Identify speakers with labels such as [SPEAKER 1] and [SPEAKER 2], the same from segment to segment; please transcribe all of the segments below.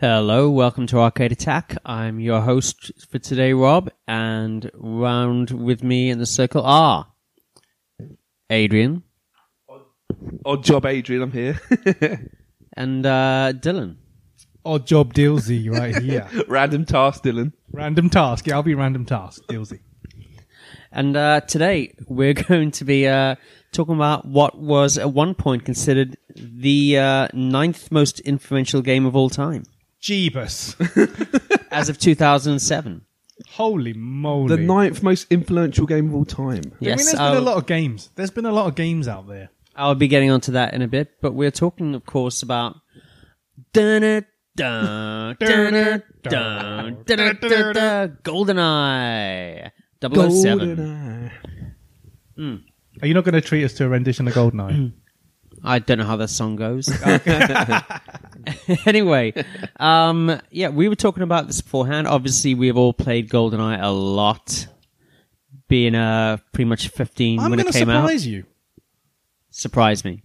[SPEAKER 1] Hello, welcome to Arcade Attack. I'm your host for today, Rob, and round with me in the circle are Adrian
[SPEAKER 2] Odd job, Adrian. I'm here.
[SPEAKER 1] and uh, Dylan.
[SPEAKER 3] Odd job Dilsey right here.
[SPEAKER 2] Random task, Dylan.
[SPEAKER 3] random task. Yeah, I'll be random task Dilsey.
[SPEAKER 1] And uh, today we're going to be uh, talking about what was at one point considered the uh, ninth most influential game of all time,
[SPEAKER 3] Jeebus.
[SPEAKER 1] as of 2007.
[SPEAKER 3] Holy moly.
[SPEAKER 2] The ninth most influential game of all time.
[SPEAKER 3] I mean,
[SPEAKER 1] Yes,
[SPEAKER 3] there's
[SPEAKER 1] I'll,
[SPEAKER 3] been a lot of games. There's been a lot of games out there.
[SPEAKER 1] I'll be getting onto that in a bit, but we're talking, of course, about. Dun-dun, dun, dun-dun, dun, dun-dun, dun-dun, GoldenEye 007.
[SPEAKER 2] GoldenEye.
[SPEAKER 3] Are you not going to treat us to a rendition of Goldeneye?
[SPEAKER 1] I don't know how that song goes. anyway, um, yeah, we were talking about this beforehand. Obviously, we have all played GoldenEye a lot, being uh, pretty much 15
[SPEAKER 3] I'm
[SPEAKER 1] when
[SPEAKER 3] going
[SPEAKER 1] it
[SPEAKER 3] to
[SPEAKER 1] came out.
[SPEAKER 3] surprise you.
[SPEAKER 1] Surprise me.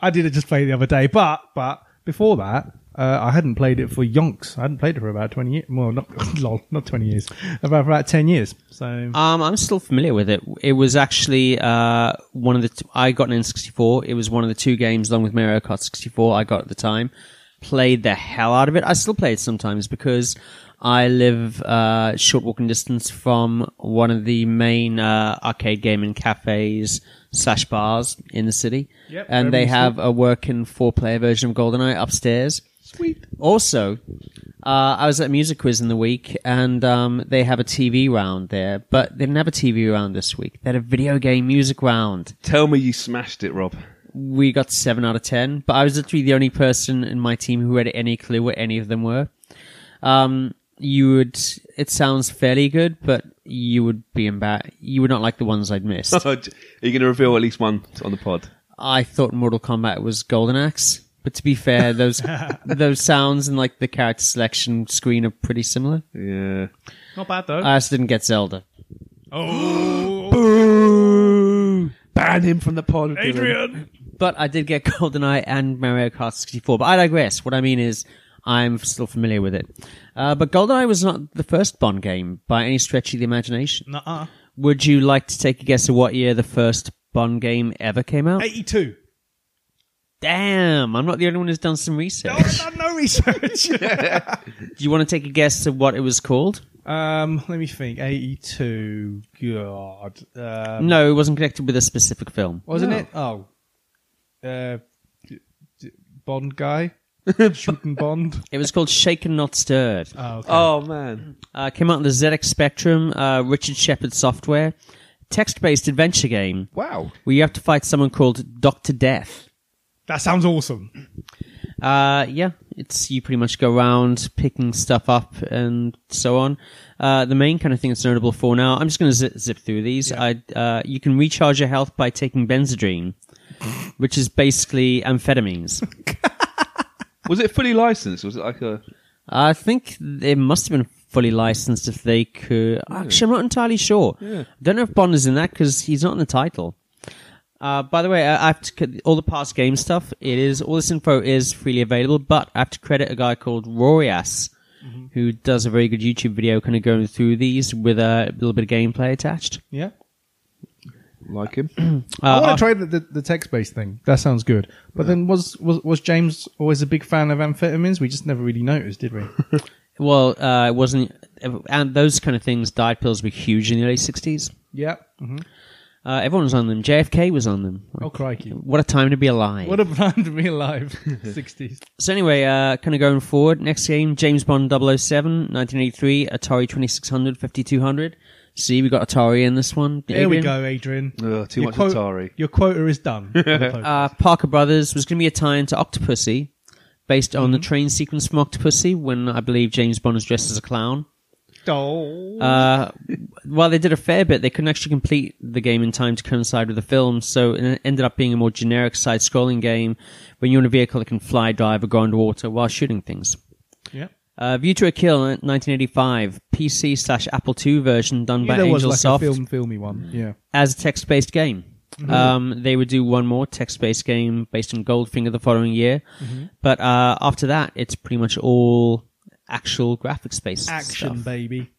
[SPEAKER 3] I did it just play it the other day, but but before that, uh, I hadn't played it for yonks. I hadn't played it for about twenty years. Well, not lol, not twenty years. About for about ten years. So
[SPEAKER 1] Um, I'm still familiar with it. It was actually uh, one of the t- I got an N64. It was one of the two games, along with Mario Kart 64, I got at the time. Played the hell out of it. I still play it sometimes because I live uh, short walking distance from one of the main uh, arcade gaming cafes slash bars in the city,
[SPEAKER 3] Yep,
[SPEAKER 1] and they
[SPEAKER 3] very sweet.
[SPEAKER 1] have a working four player version of GoldenEye upstairs.
[SPEAKER 3] sweet.
[SPEAKER 1] Also, uh, I was at a music quiz in the week, and um, they have a TV round there, but they didn't have a TV round this week. They had a video game music round.
[SPEAKER 2] Tell me you smashed it, Rob.
[SPEAKER 1] We got seven out of ten, but I was literally the only person in my team who had any clue what any of them were. Um, you would. It sounds fairly good, but you would be embarrassed. You would not like the ones I'd missed.
[SPEAKER 2] Are you going to reveal at least one on the pod?
[SPEAKER 1] I thought Mortal Kombat was Golden Axe, but to be fair, those those sounds and like the character selection screen are pretty similar.
[SPEAKER 2] Yeah.
[SPEAKER 3] Not bad though.
[SPEAKER 1] I just didn't get Zelda.
[SPEAKER 3] oh,
[SPEAKER 2] Boo! Ban him from the pod, Dylan.
[SPEAKER 3] Adrian.
[SPEAKER 1] But I did get GoldenEye and Mario Kart 64. But I digress. What I mean is, I'm still familiar with it. Uh, but GoldenEye was not the first Bond game by any stretch of the imagination.
[SPEAKER 3] Nuh-uh.
[SPEAKER 1] Would you like to take a guess at what year the first Bond game ever came out?
[SPEAKER 3] Eighty-two.
[SPEAKER 1] Damn, I'm not the only one who's done some
[SPEAKER 3] No,
[SPEAKER 1] research.
[SPEAKER 3] I've done no research.
[SPEAKER 1] Do you want to take a guess at what it was called?
[SPEAKER 3] Um, let me think. Eighty-two. God. Um,
[SPEAKER 1] No, it wasn't connected with a specific film.
[SPEAKER 3] wasn't
[SPEAKER 2] No.
[SPEAKER 3] it? Oh. Uh, d- d- Bond guy. Shooting Bond.
[SPEAKER 1] It was called Shaken Not Stirred.
[SPEAKER 3] Oh, okay.
[SPEAKER 2] Oh, man.
[SPEAKER 1] Uh, came out on the ZX Spectrum, uh, Richard Shepard Software, text-based adventure game.
[SPEAKER 2] Wow.
[SPEAKER 1] where you have to fight someone called Doctor Death.
[SPEAKER 3] that sounds awesome.
[SPEAKER 1] Uh, yeah, it's you pretty much go around picking stuff up and so on. Uh, the main kind of thing it's notable for now. I'm just going to zip, zip through these. I uh, you can recharge your health by taking Benzedrine, which is basically amphetamines.
[SPEAKER 2] Was it fully licensed? Was it like a.
[SPEAKER 1] I think it must have been fully licensed if they could. Actually, I'm not entirely sure. I don't know if Bond is in that because he's not in the title. Uh, by the way, I I have to c- all the past game stuff. It is all this info is freely available, but I have to credit a guy called Rorias,
[SPEAKER 3] Mm-hmm.
[SPEAKER 1] who does a very good YouTube video, kind of going through these with a little bit of gameplay attached.
[SPEAKER 3] Yeah.
[SPEAKER 2] Like him?
[SPEAKER 3] I
[SPEAKER 1] Uh,
[SPEAKER 3] want to try the, the, the text-based thing. That sounds good. But then was, was was James always a big fan of amphetamines? We just never really noticed, did we?
[SPEAKER 1] well, uh, it wasn't, and those kind of things. Diet pills were huge in the early '60s.
[SPEAKER 3] yeah. hmm
[SPEAKER 1] Uh, everyone was on them. JFK was on them.
[SPEAKER 3] Oh crikey!
[SPEAKER 1] What a time to be alive!
[SPEAKER 3] What a plan to be alive. Sixties.
[SPEAKER 1] So anyway, uh, kind of going forward, next game, James Bond 007, 1983, Atari 2600, 5200. See, we got Atari in this one.
[SPEAKER 3] There we
[SPEAKER 1] Adrian.
[SPEAKER 3] go, Adrian.
[SPEAKER 2] Ugh, too much
[SPEAKER 3] quota-
[SPEAKER 2] Atari.
[SPEAKER 3] Your quota is done.
[SPEAKER 1] Uh, Parker Brothers was going to be a tie-in to Octopussy, based on the
[SPEAKER 3] Mm-hmm.
[SPEAKER 1] train sequence from Octopussy, when I believe James Bond is dressed as a clown.
[SPEAKER 3] oh.
[SPEAKER 1] Uh, while they did a fair bit, they couldn't actually complete the game in time to coincide with the film, so it ended up being a more generic side-scrolling game when you're in a vehicle that can fly, dive, or go underwater while shooting things.
[SPEAKER 3] yeah.
[SPEAKER 1] Uh, View to a Kill, 1985, PC slash Apple II version done by
[SPEAKER 3] there was
[SPEAKER 1] Angel
[SPEAKER 3] like
[SPEAKER 1] Soft
[SPEAKER 3] Mm. a film, filmy one. Yeah.
[SPEAKER 1] as a text based game.
[SPEAKER 3] Mm-hmm.
[SPEAKER 1] Um, they would do one more text-based game based on Goldfinger the following year,
[SPEAKER 3] Mm-hmm.
[SPEAKER 1] but uh, after that, it's pretty much all actual graphics-based
[SPEAKER 3] Action,
[SPEAKER 1] stuff.
[SPEAKER 3] baby.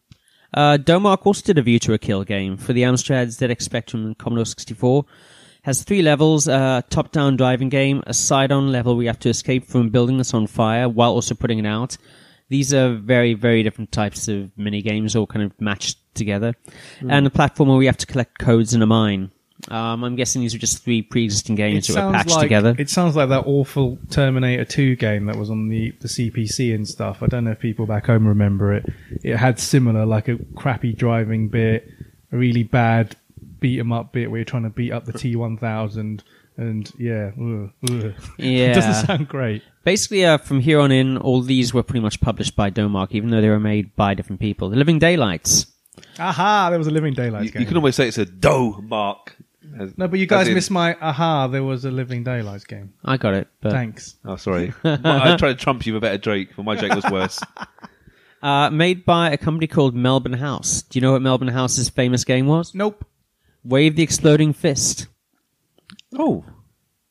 [SPEAKER 1] Uh, Domark also did a View to a Kill game for the Amstrad ZX Spectrum and Commodore 64. Has three levels, a top-down driving game, a side-on level where you have to escape from a building that's on fire while also putting it out. These are very, very different types of mini-games all kind of matched together.
[SPEAKER 3] Hmm.
[SPEAKER 1] And a platform where you have to collect codes in a mine. Um, I'm guessing these are just three pre-existing games that were patched
[SPEAKER 3] like
[SPEAKER 1] together.
[SPEAKER 3] it sounds like that awful Terminator 2 game that was on the, the CPC and stuff. I don't know if people back home remember it. It had similar, like a crappy driving bit, a really bad beat 'em up bit where you're trying to beat up the T1000. And yeah, ugh, ugh.
[SPEAKER 1] Yeah.
[SPEAKER 3] it doesn't sound great.
[SPEAKER 1] Basically, uh, from here on in, all these were pretty much published by Domark, even though they were made by different people. The Living Daylights.
[SPEAKER 3] Aha! There was a Living Daylights
[SPEAKER 2] You,
[SPEAKER 3] game.
[SPEAKER 2] you can almost say it's a dough mark. As-
[SPEAKER 3] no, but you
[SPEAKER 2] as
[SPEAKER 3] guys
[SPEAKER 2] in-
[SPEAKER 3] missed my aha! There was a Living Daylights game.
[SPEAKER 1] I got it, but
[SPEAKER 3] Thanks.
[SPEAKER 2] Oh, sorry. Well, I tried to trump you with a better Drake, but my Drake was worse.
[SPEAKER 1] Uh, made by a company called Melbourne House. Do you know what Melbourne House's famous game was?
[SPEAKER 3] Nope.
[SPEAKER 1] Wave the Exploding Fist.
[SPEAKER 2] oh,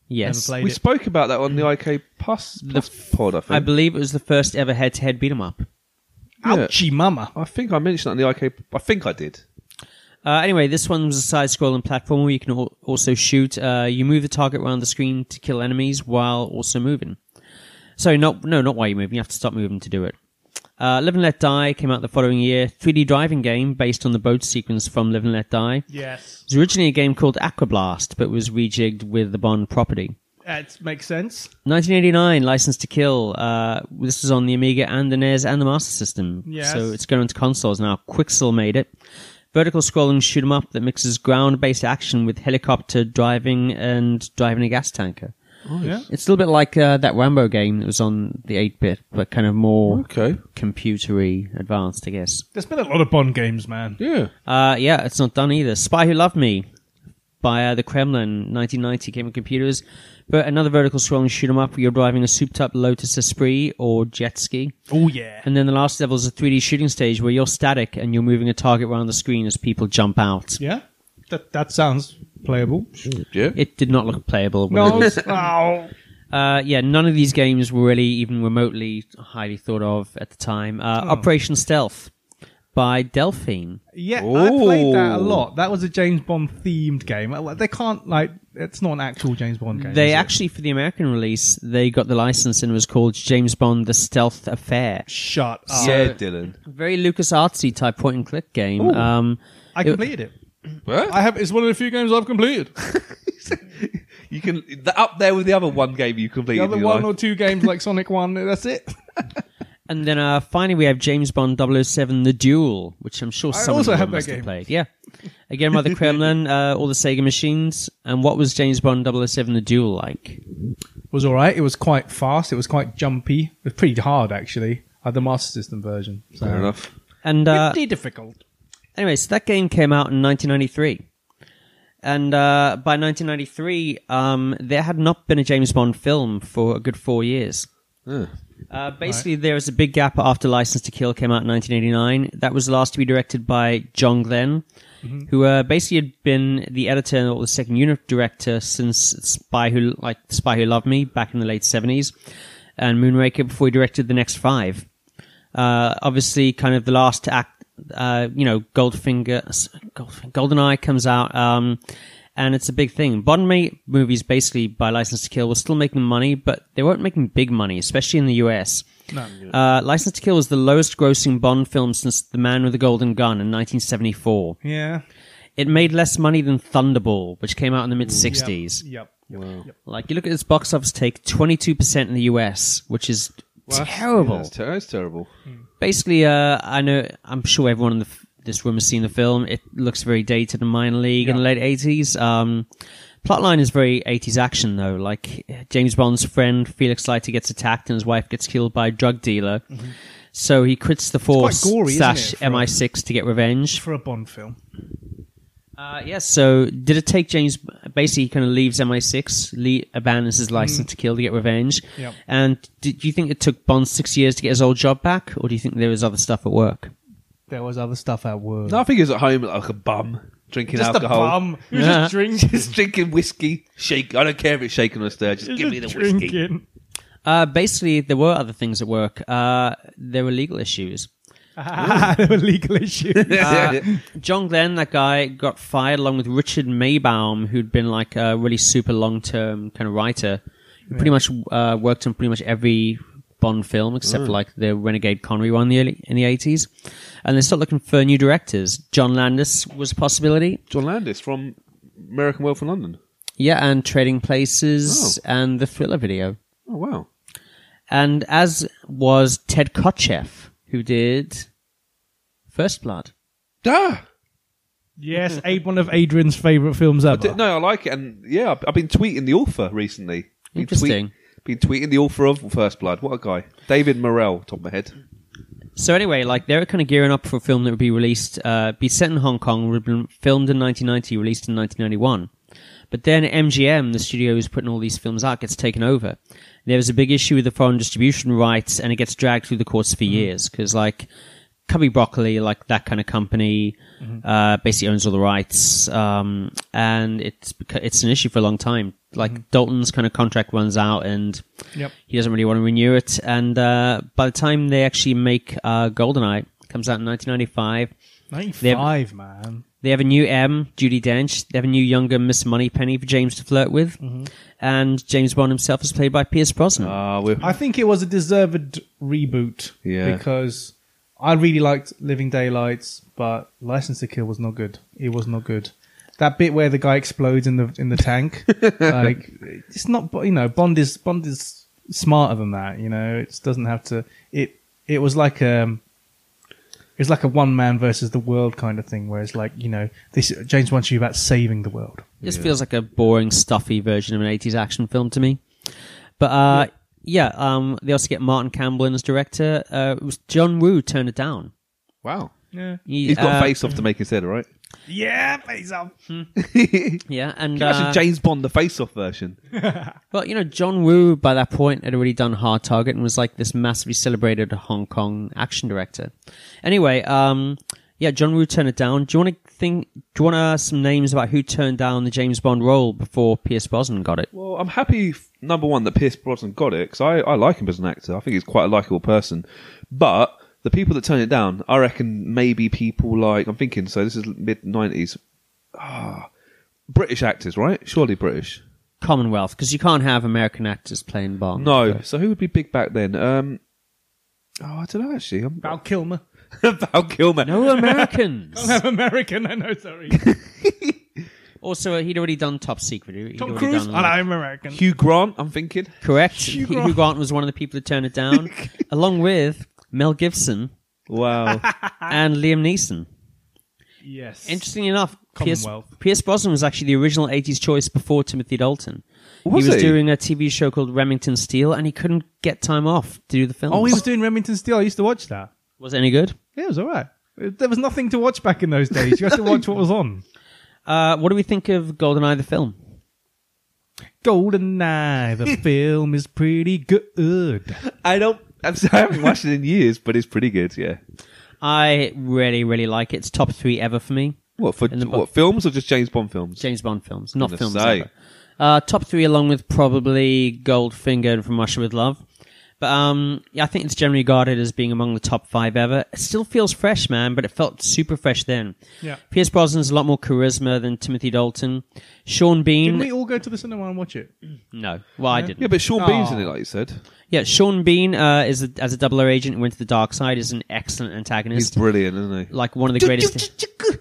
[SPEAKER 1] Yes.
[SPEAKER 3] Never played
[SPEAKER 2] we
[SPEAKER 3] it.
[SPEAKER 2] spoke about that on the IK Plus, Plus pod, I think.
[SPEAKER 1] I believe it was the first ever head to head beat 'em up.
[SPEAKER 2] Yeah.
[SPEAKER 3] Ouchie mama.
[SPEAKER 2] I think I mentioned that on the IK. I think I did.
[SPEAKER 1] Uh, anyway, this one was a side scrolling platform where you can al- also shoot. Uh, you move the target around the screen to kill enemies while also moving. Sorry, not, no, not while you're moving. You have to stop moving to do it. Uh, Live and Let Die came out the following year. 3D driving game based on the boat sequence from Live and Let Die.
[SPEAKER 3] Yes.
[SPEAKER 1] It was originally a game called Aquablast, but was rejigged with the Bond property.
[SPEAKER 3] That makes sense.
[SPEAKER 1] 1989, License to Kill. Uh, this was on the Amiga and the NES and the Master System.
[SPEAKER 3] Yes.
[SPEAKER 1] So it's going into consoles now. Quixel made it. Vertical scrolling shoot 'em up that mixes ground-based action with helicopter driving and driving a gas tanker.
[SPEAKER 3] Yeah.
[SPEAKER 1] It's a little bit like uh, that Rambo game that was on the 8-bit, but kind of more
[SPEAKER 2] Okay.
[SPEAKER 1] computery advanced, I guess.
[SPEAKER 3] There's been a lot of Bond games, man.
[SPEAKER 2] Yeah.
[SPEAKER 1] Uh, yeah, it's not done either. Spy Who Loved Me by uh, the Kremlin, 1990, came on computers. But another vertical scrolling shoot 'em up where you're driving a souped-up Lotus Esprit or jet ski.
[SPEAKER 3] Oh yeah.
[SPEAKER 1] And then the last level is a 3D shooting stage where you're static and you're moving a target around the screen as people jump out.
[SPEAKER 3] Yeah, that that sounds playable.
[SPEAKER 2] Yeah.
[SPEAKER 1] It did not look playable. when it
[SPEAKER 3] No,
[SPEAKER 1] was-
[SPEAKER 3] oh,
[SPEAKER 1] Uh, yeah, none of these games were really even remotely highly thought of at the time. Uh,
[SPEAKER 3] Oh.
[SPEAKER 1] Operation Stealth by Delphine.
[SPEAKER 3] yeah, I played that a
[SPEAKER 2] Ooh.
[SPEAKER 3] lot. That was a James Bond themed game. I- They can't like it's not an actual James Bond game.
[SPEAKER 1] They
[SPEAKER 3] is it?
[SPEAKER 1] actually, for the American release, they got the license and it was called James Bond: The Stealth Affair.
[SPEAKER 3] shut up.
[SPEAKER 2] yeah, Dylan.
[SPEAKER 1] Very LucasArtsy type point and click game.
[SPEAKER 3] Ooh.
[SPEAKER 1] Um,
[SPEAKER 3] I completed it.
[SPEAKER 2] What?
[SPEAKER 3] I have. It's one of the few games I've completed.
[SPEAKER 2] You can the, up there with the other one game you
[SPEAKER 3] The
[SPEAKER 2] completed.
[SPEAKER 3] other
[SPEAKER 2] in
[SPEAKER 3] one
[SPEAKER 2] life.
[SPEAKER 3] or two games like Sonic One. That's it.
[SPEAKER 1] and then uh, finally, we have James Bond 007: The Duel, which I'm sure
[SPEAKER 3] I
[SPEAKER 1] someone
[SPEAKER 3] also
[SPEAKER 1] here
[SPEAKER 3] have that
[SPEAKER 1] must have
[SPEAKER 3] game.
[SPEAKER 1] played. Yeah, again by the Kremlin, uh, all the Sega machines. And what was James Bond 007: The Duel like?
[SPEAKER 3] was all right. It was quite fast. It was quite jumpy. It was pretty hard actually. I had the Master System version. So.
[SPEAKER 2] Fair enough.
[SPEAKER 1] And uh,
[SPEAKER 3] Pretty difficult.
[SPEAKER 1] Anyway, so that game came out in 1993. And uh, by 1993, um, there had not been a James Bond film for a good four years. Uh, basically, there was a big gap after License to Kill came out in 1989. That was last to be directed by John Glenn, who uh, basically had been the editor or the second unit director since Spy Who like Spy Who Loved Me back in the late 70s, and Moonraker before he directed the next five uh, obviously kind of the last act, uh, you know, Goldfinger, Goldfinger, Goldeneye comes out, um, and it's a big thing. Bond made movies basically by License to Kill were still making money, but they weren't making big money, especially in the US. Uh, License to Kill was the lowest grossing Bond film since The Man with the Golden Gun in 1974.
[SPEAKER 3] Yeah.
[SPEAKER 1] It made less money than Thunderball, which came out in the mid
[SPEAKER 3] Yep.
[SPEAKER 1] 60s.
[SPEAKER 3] Yep.
[SPEAKER 1] Like, you look at its box office take 22% in the US, which is terrible
[SPEAKER 2] Yeah, it's, ter- it's terrible.
[SPEAKER 1] basically, uh, I know I'm sure everyone in the, f- this room has seen the film. It looks very dated and minor league in the late '80s. Um, plotline is very '80s action though. Like James Bond's friend Felix Leiter gets attacked and his wife gets killed by a drug dealer. So he quits the force
[SPEAKER 3] Mm-hmm. gory, isn't
[SPEAKER 1] slash
[SPEAKER 3] it, for-
[SPEAKER 1] MI6 to get revenge.
[SPEAKER 3] For a Bond film.
[SPEAKER 1] Uh, yes. so did it take James? Basically, he kind of leaves MI6, le- abandons his
[SPEAKER 3] Mm.
[SPEAKER 1] license to kill to get revenge.
[SPEAKER 3] Yep.
[SPEAKER 1] And did, do you think it took Bond six years to get his old job back, or do you think there was other stuff at work?
[SPEAKER 3] There was other stuff at work.
[SPEAKER 2] No, I think he was at home like a bum, drinking
[SPEAKER 3] Just a
[SPEAKER 2] alcohol.
[SPEAKER 3] bum. You just drinking.
[SPEAKER 2] Just drinking whiskey, shake. I don't care if it's shaken or stirred. Just give me the
[SPEAKER 3] Just
[SPEAKER 2] whiskey.
[SPEAKER 3] drinking.
[SPEAKER 1] Uh, basically, there were other things at work. Uh, there were legal issues.
[SPEAKER 3] there were legal issues.
[SPEAKER 1] Uh, John Glenn, that guy, got fired along with Richard Maybaum, who'd been like a really super long term kind of writer. He Pretty much uh, worked on pretty much every Bond film except for like the Renegade Connery one in the early in the eighties. And they started looking for new directors. John Landis was a possibility.
[SPEAKER 2] John Landis from American Wealth in London.
[SPEAKER 1] Yeah, and Trading Places and the Thriller video.
[SPEAKER 2] Oh wow.
[SPEAKER 1] And as was Ted Kotcheff, who did First Blood.
[SPEAKER 2] Duh.
[SPEAKER 3] yes, Abe, one of Adrian's favourite films
[SPEAKER 2] D-
[SPEAKER 3] ever.
[SPEAKER 2] No, I like it, and yeah, I've- I've been tweeting the author recently. Been tweet-
[SPEAKER 1] Interesting.
[SPEAKER 2] been tweeting the author of First Blood. What a guy, David Morrell, top of my head.
[SPEAKER 1] So anyway, like they're kind of gearing up for a film that would be released, uh, be set in Hong Kong, would have been filmed in 1990, released in 1991. But then MGM, the studio who's putting all these films out, gets taken over. There was a big issue with the foreign distribution rights, and it gets dragged through the courts for years because like Cubby Broccoli, like that kind of company, uh, basically owns all the rights, um, and it's beca- it's an issue for a long time. Like Dalton's kind of contract runs out, and
[SPEAKER 3] Yep.
[SPEAKER 1] he doesn't really want to renew it. And uh, by the time they actually make uh, Goldeneye, it comes out in 1995,
[SPEAKER 3] 95, man.
[SPEAKER 1] they have a new M, Judy Dench. They have a new younger Miss Moneypenny for James to flirt with, and James Bond himself is played by Pierce Brosnan.
[SPEAKER 2] Ah, we're
[SPEAKER 3] I think it was a deserved reboot.
[SPEAKER 2] Yeah.
[SPEAKER 3] Because I really liked Living Daylights, but License to Kill was not good. It was not good. That bit where the guy explodes in the in the tank, like it's not. You know, Bond is Bond is smarter than that. You know, it doesn't have to. It it was like um. It's like a one man versus the world kind of thing, where it's like you know, this James wants you about saving the world.
[SPEAKER 1] This feels like a boring, stuffy version of an 80s action film to me. But uh, yeah, um, they also get Martin Campbell in as director. Uh, it was John Woo turned it down.
[SPEAKER 2] wow.
[SPEAKER 3] Yeah,
[SPEAKER 1] He,
[SPEAKER 2] He's got
[SPEAKER 1] uh,
[SPEAKER 2] face off to make instead, all right?
[SPEAKER 3] yeah, face off.
[SPEAKER 1] Yeah, and
[SPEAKER 2] Imagine
[SPEAKER 1] uh,
[SPEAKER 2] James Bond, the face off version.
[SPEAKER 1] Well, you know, John Woo by that point had already done Hard Target and was like this massively celebrated Hong Kong action director. Anyway, um, yeah, John Woo turned it down. Do you want to think? Do you want uh, some names about who turned down the James Bond role before Pierce Brosnan got it?
[SPEAKER 2] Well, I'm happy, f- number one, that Pierce Brosnan got it, because I, I like him as an actor. I think he's quite a likable person. But the people that turn it down, I reckon maybe people like, I'm thinking, so this is mid 90s. Ah, British actors, right? Surely British.
[SPEAKER 1] Commonwealth, because you can't have American actors playing Bond.
[SPEAKER 2] No. So who would be big back then? Um, oh, I don't know, actually. I'm,
[SPEAKER 3] Val Kilmer.
[SPEAKER 2] Val Kilmer.
[SPEAKER 1] no Americans.
[SPEAKER 3] I'm American. I know. Sorry.
[SPEAKER 1] also, uh, he'd already done Top Secret. He'd
[SPEAKER 3] Tom
[SPEAKER 1] already
[SPEAKER 3] Cruise,
[SPEAKER 1] done,
[SPEAKER 3] and
[SPEAKER 1] like-
[SPEAKER 3] I'm American.
[SPEAKER 2] Hugh Grant, I'm thinking.
[SPEAKER 1] correct.
[SPEAKER 3] Hugh
[SPEAKER 1] Hugh
[SPEAKER 3] Grant.
[SPEAKER 1] Grant. was one of the people who turned it down, along with Mel Gibson
[SPEAKER 2] Wow.
[SPEAKER 1] and Liam Neeson.
[SPEAKER 3] Yes.
[SPEAKER 1] Interestingly enough, Pierce,
[SPEAKER 3] Commonwealth.
[SPEAKER 1] Pierce Brosnan was actually the original 80s choice before Timothy Dalton.
[SPEAKER 2] Was
[SPEAKER 1] he was
[SPEAKER 2] he?
[SPEAKER 1] doing a TV show called Remington Steel, and he couldn't get time off to do the film.
[SPEAKER 3] Oh, he was doing Remington Steel. I used to watch that.
[SPEAKER 1] was it any good?
[SPEAKER 3] Yeah, it was all right. It- There was nothing to watch back in those days. You had to watch what was on.
[SPEAKER 1] Uh, what do we think of GoldenEye the film?
[SPEAKER 3] GoldenEye, the film is pretty good.
[SPEAKER 2] I don't. I'm sorry, I haven't watched it in years, but it's pretty good. Yeah.
[SPEAKER 1] I really, really like it. It's top three ever for me.
[SPEAKER 2] What for?
[SPEAKER 1] In the
[SPEAKER 2] What
[SPEAKER 1] book.
[SPEAKER 2] films or just James Bond films?
[SPEAKER 1] James Bond films, not
[SPEAKER 2] Goodness
[SPEAKER 1] films.
[SPEAKER 2] sake.
[SPEAKER 1] ever. Uh, top three, along with probably Goldfinger and From Russia with Love. But um, yeah, I think it's generally regarded as being among the top five ever. It still feels fresh, man, but it felt super fresh then.
[SPEAKER 3] Yeah.
[SPEAKER 1] Pierce Brosnan's a lot more charisma than Timothy Dalton. Sean
[SPEAKER 3] Didn't
[SPEAKER 1] Bean.
[SPEAKER 3] we all go to the cinema and watch it?
[SPEAKER 1] No, well, I didn't.
[SPEAKER 2] Yeah, but Sean Bean's in
[SPEAKER 3] Aw.
[SPEAKER 2] it, like you said.
[SPEAKER 1] Yeah, Sean Bean uh, is a, as a double R agent who went to the dark side is an excellent
[SPEAKER 2] He's
[SPEAKER 1] antagonist,
[SPEAKER 2] brilliant, isn't he?
[SPEAKER 1] like one of the greatest.
[SPEAKER 3] You've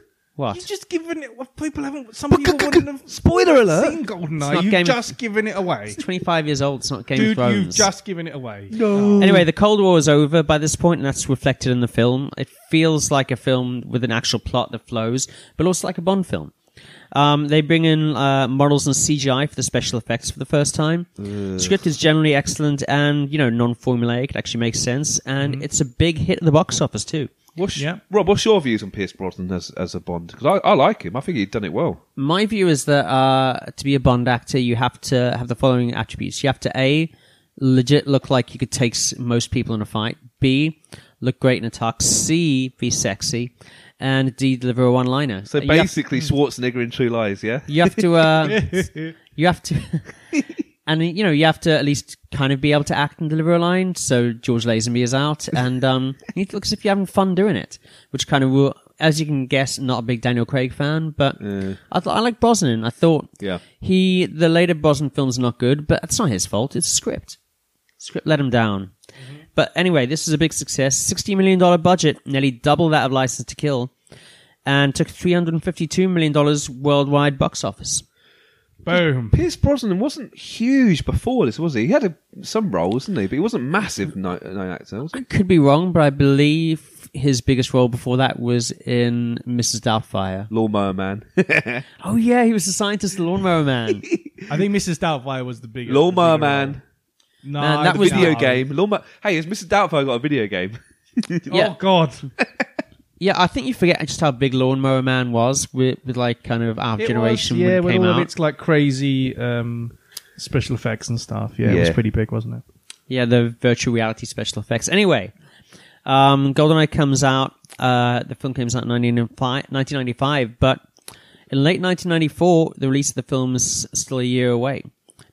[SPEAKER 1] What?
[SPEAKER 3] just given it. well, People haven't. Some people wouldn't have.
[SPEAKER 2] Spoiler alert.
[SPEAKER 3] Seen
[SPEAKER 1] not
[SPEAKER 3] GoldenEye. You've
[SPEAKER 1] Game of-
[SPEAKER 3] just given it away,
[SPEAKER 1] Twenty-five years old. It's not Game of
[SPEAKER 3] dude.
[SPEAKER 1] Thrones.
[SPEAKER 3] You've just given it away.
[SPEAKER 2] No.
[SPEAKER 1] Anyway, the Cold War is over by this point, and that's reflected in the film. It feels like a film with an actual plot that flows, but also like a Bond film. Um, they bring in uh, models and CGI for the special effects for the first time. Script is generally excellent and you know non-formulaic. It actually makes sense, and it's a big hit at the box office too.
[SPEAKER 2] What's,
[SPEAKER 3] Yeah.
[SPEAKER 2] Rob, what's your views on Pierce Brosnan as as a Bond? Because I, I like him. I think he'd done it well.
[SPEAKER 1] My view is that uh, to be a Bond actor, you have to have the following attributes. You have to a legit look like you could take s- most people in a fight. B, look great in a tux. C, be sexy. And D, deliver a one liner.
[SPEAKER 2] So basically,
[SPEAKER 1] Hmm.
[SPEAKER 2] Schwarzenegger in True Lies, yeah?
[SPEAKER 1] You have to. Uh, you have to. And you know you have to at least kind of be able to act and deliver a line. So George Lazenby is out, and um, you need to look as if you're having fun doing it, which kind of will, as you can guess, not a big Daniel Craig fan, but I, th- I like Brosnan. I thought
[SPEAKER 2] Yeah.
[SPEAKER 1] he the later Brosnan films are not good, but it's not his fault. It's script. Script let him down. But anyway, this is a big success. Sixty million dollar budget, nearly double that of License to Kill, and took three hundred and fifty two million dollars worldwide box office.
[SPEAKER 3] Boom.
[SPEAKER 2] Pierce Brosnan wasn't huge before this, was he? He had a, some roles, didn't he? But he wasn't massive night, night actor. Was he?
[SPEAKER 1] I could be wrong, but I believe his biggest role before that was in Mrs. Doubtfire.
[SPEAKER 2] Lawnmower Man.
[SPEAKER 1] Oh yeah, he was the scientist, the lawnmower man.
[SPEAKER 3] I think Mrs. Doubtfire was the biggest.
[SPEAKER 2] Lawnmower Man.
[SPEAKER 3] No,
[SPEAKER 1] Man, that
[SPEAKER 3] the
[SPEAKER 1] was-
[SPEAKER 2] Video
[SPEAKER 3] no.
[SPEAKER 2] game. Lawnmower. Hey, has Mr. Doubtfire got a video game?
[SPEAKER 3] Oh
[SPEAKER 1] Yeah.
[SPEAKER 3] God,
[SPEAKER 1] yeah, I think you forget just how big lawnmower man was with, with like kind of our
[SPEAKER 3] It
[SPEAKER 1] generation
[SPEAKER 3] was,
[SPEAKER 1] when
[SPEAKER 3] yeah,
[SPEAKER 1] it
[SPEAKER 3] with
[SPEAKER 1] came
[SPEAKER 3] all
[SPEAKER 1] out.
[SPEAKER 3] of its like crazy um, special effects and stuff. Yeah, it was
[SPEAKER 2] Yeah.
[SPEAKER 3] pretty big, wasn't it?
[SPEAKER 1] Yeah, the virtual reality special effects. Anyway, um, GoldenEye comes out. Uh, the film comes out in 1995, 1995, but in late 1994, the release of the film is still a year away.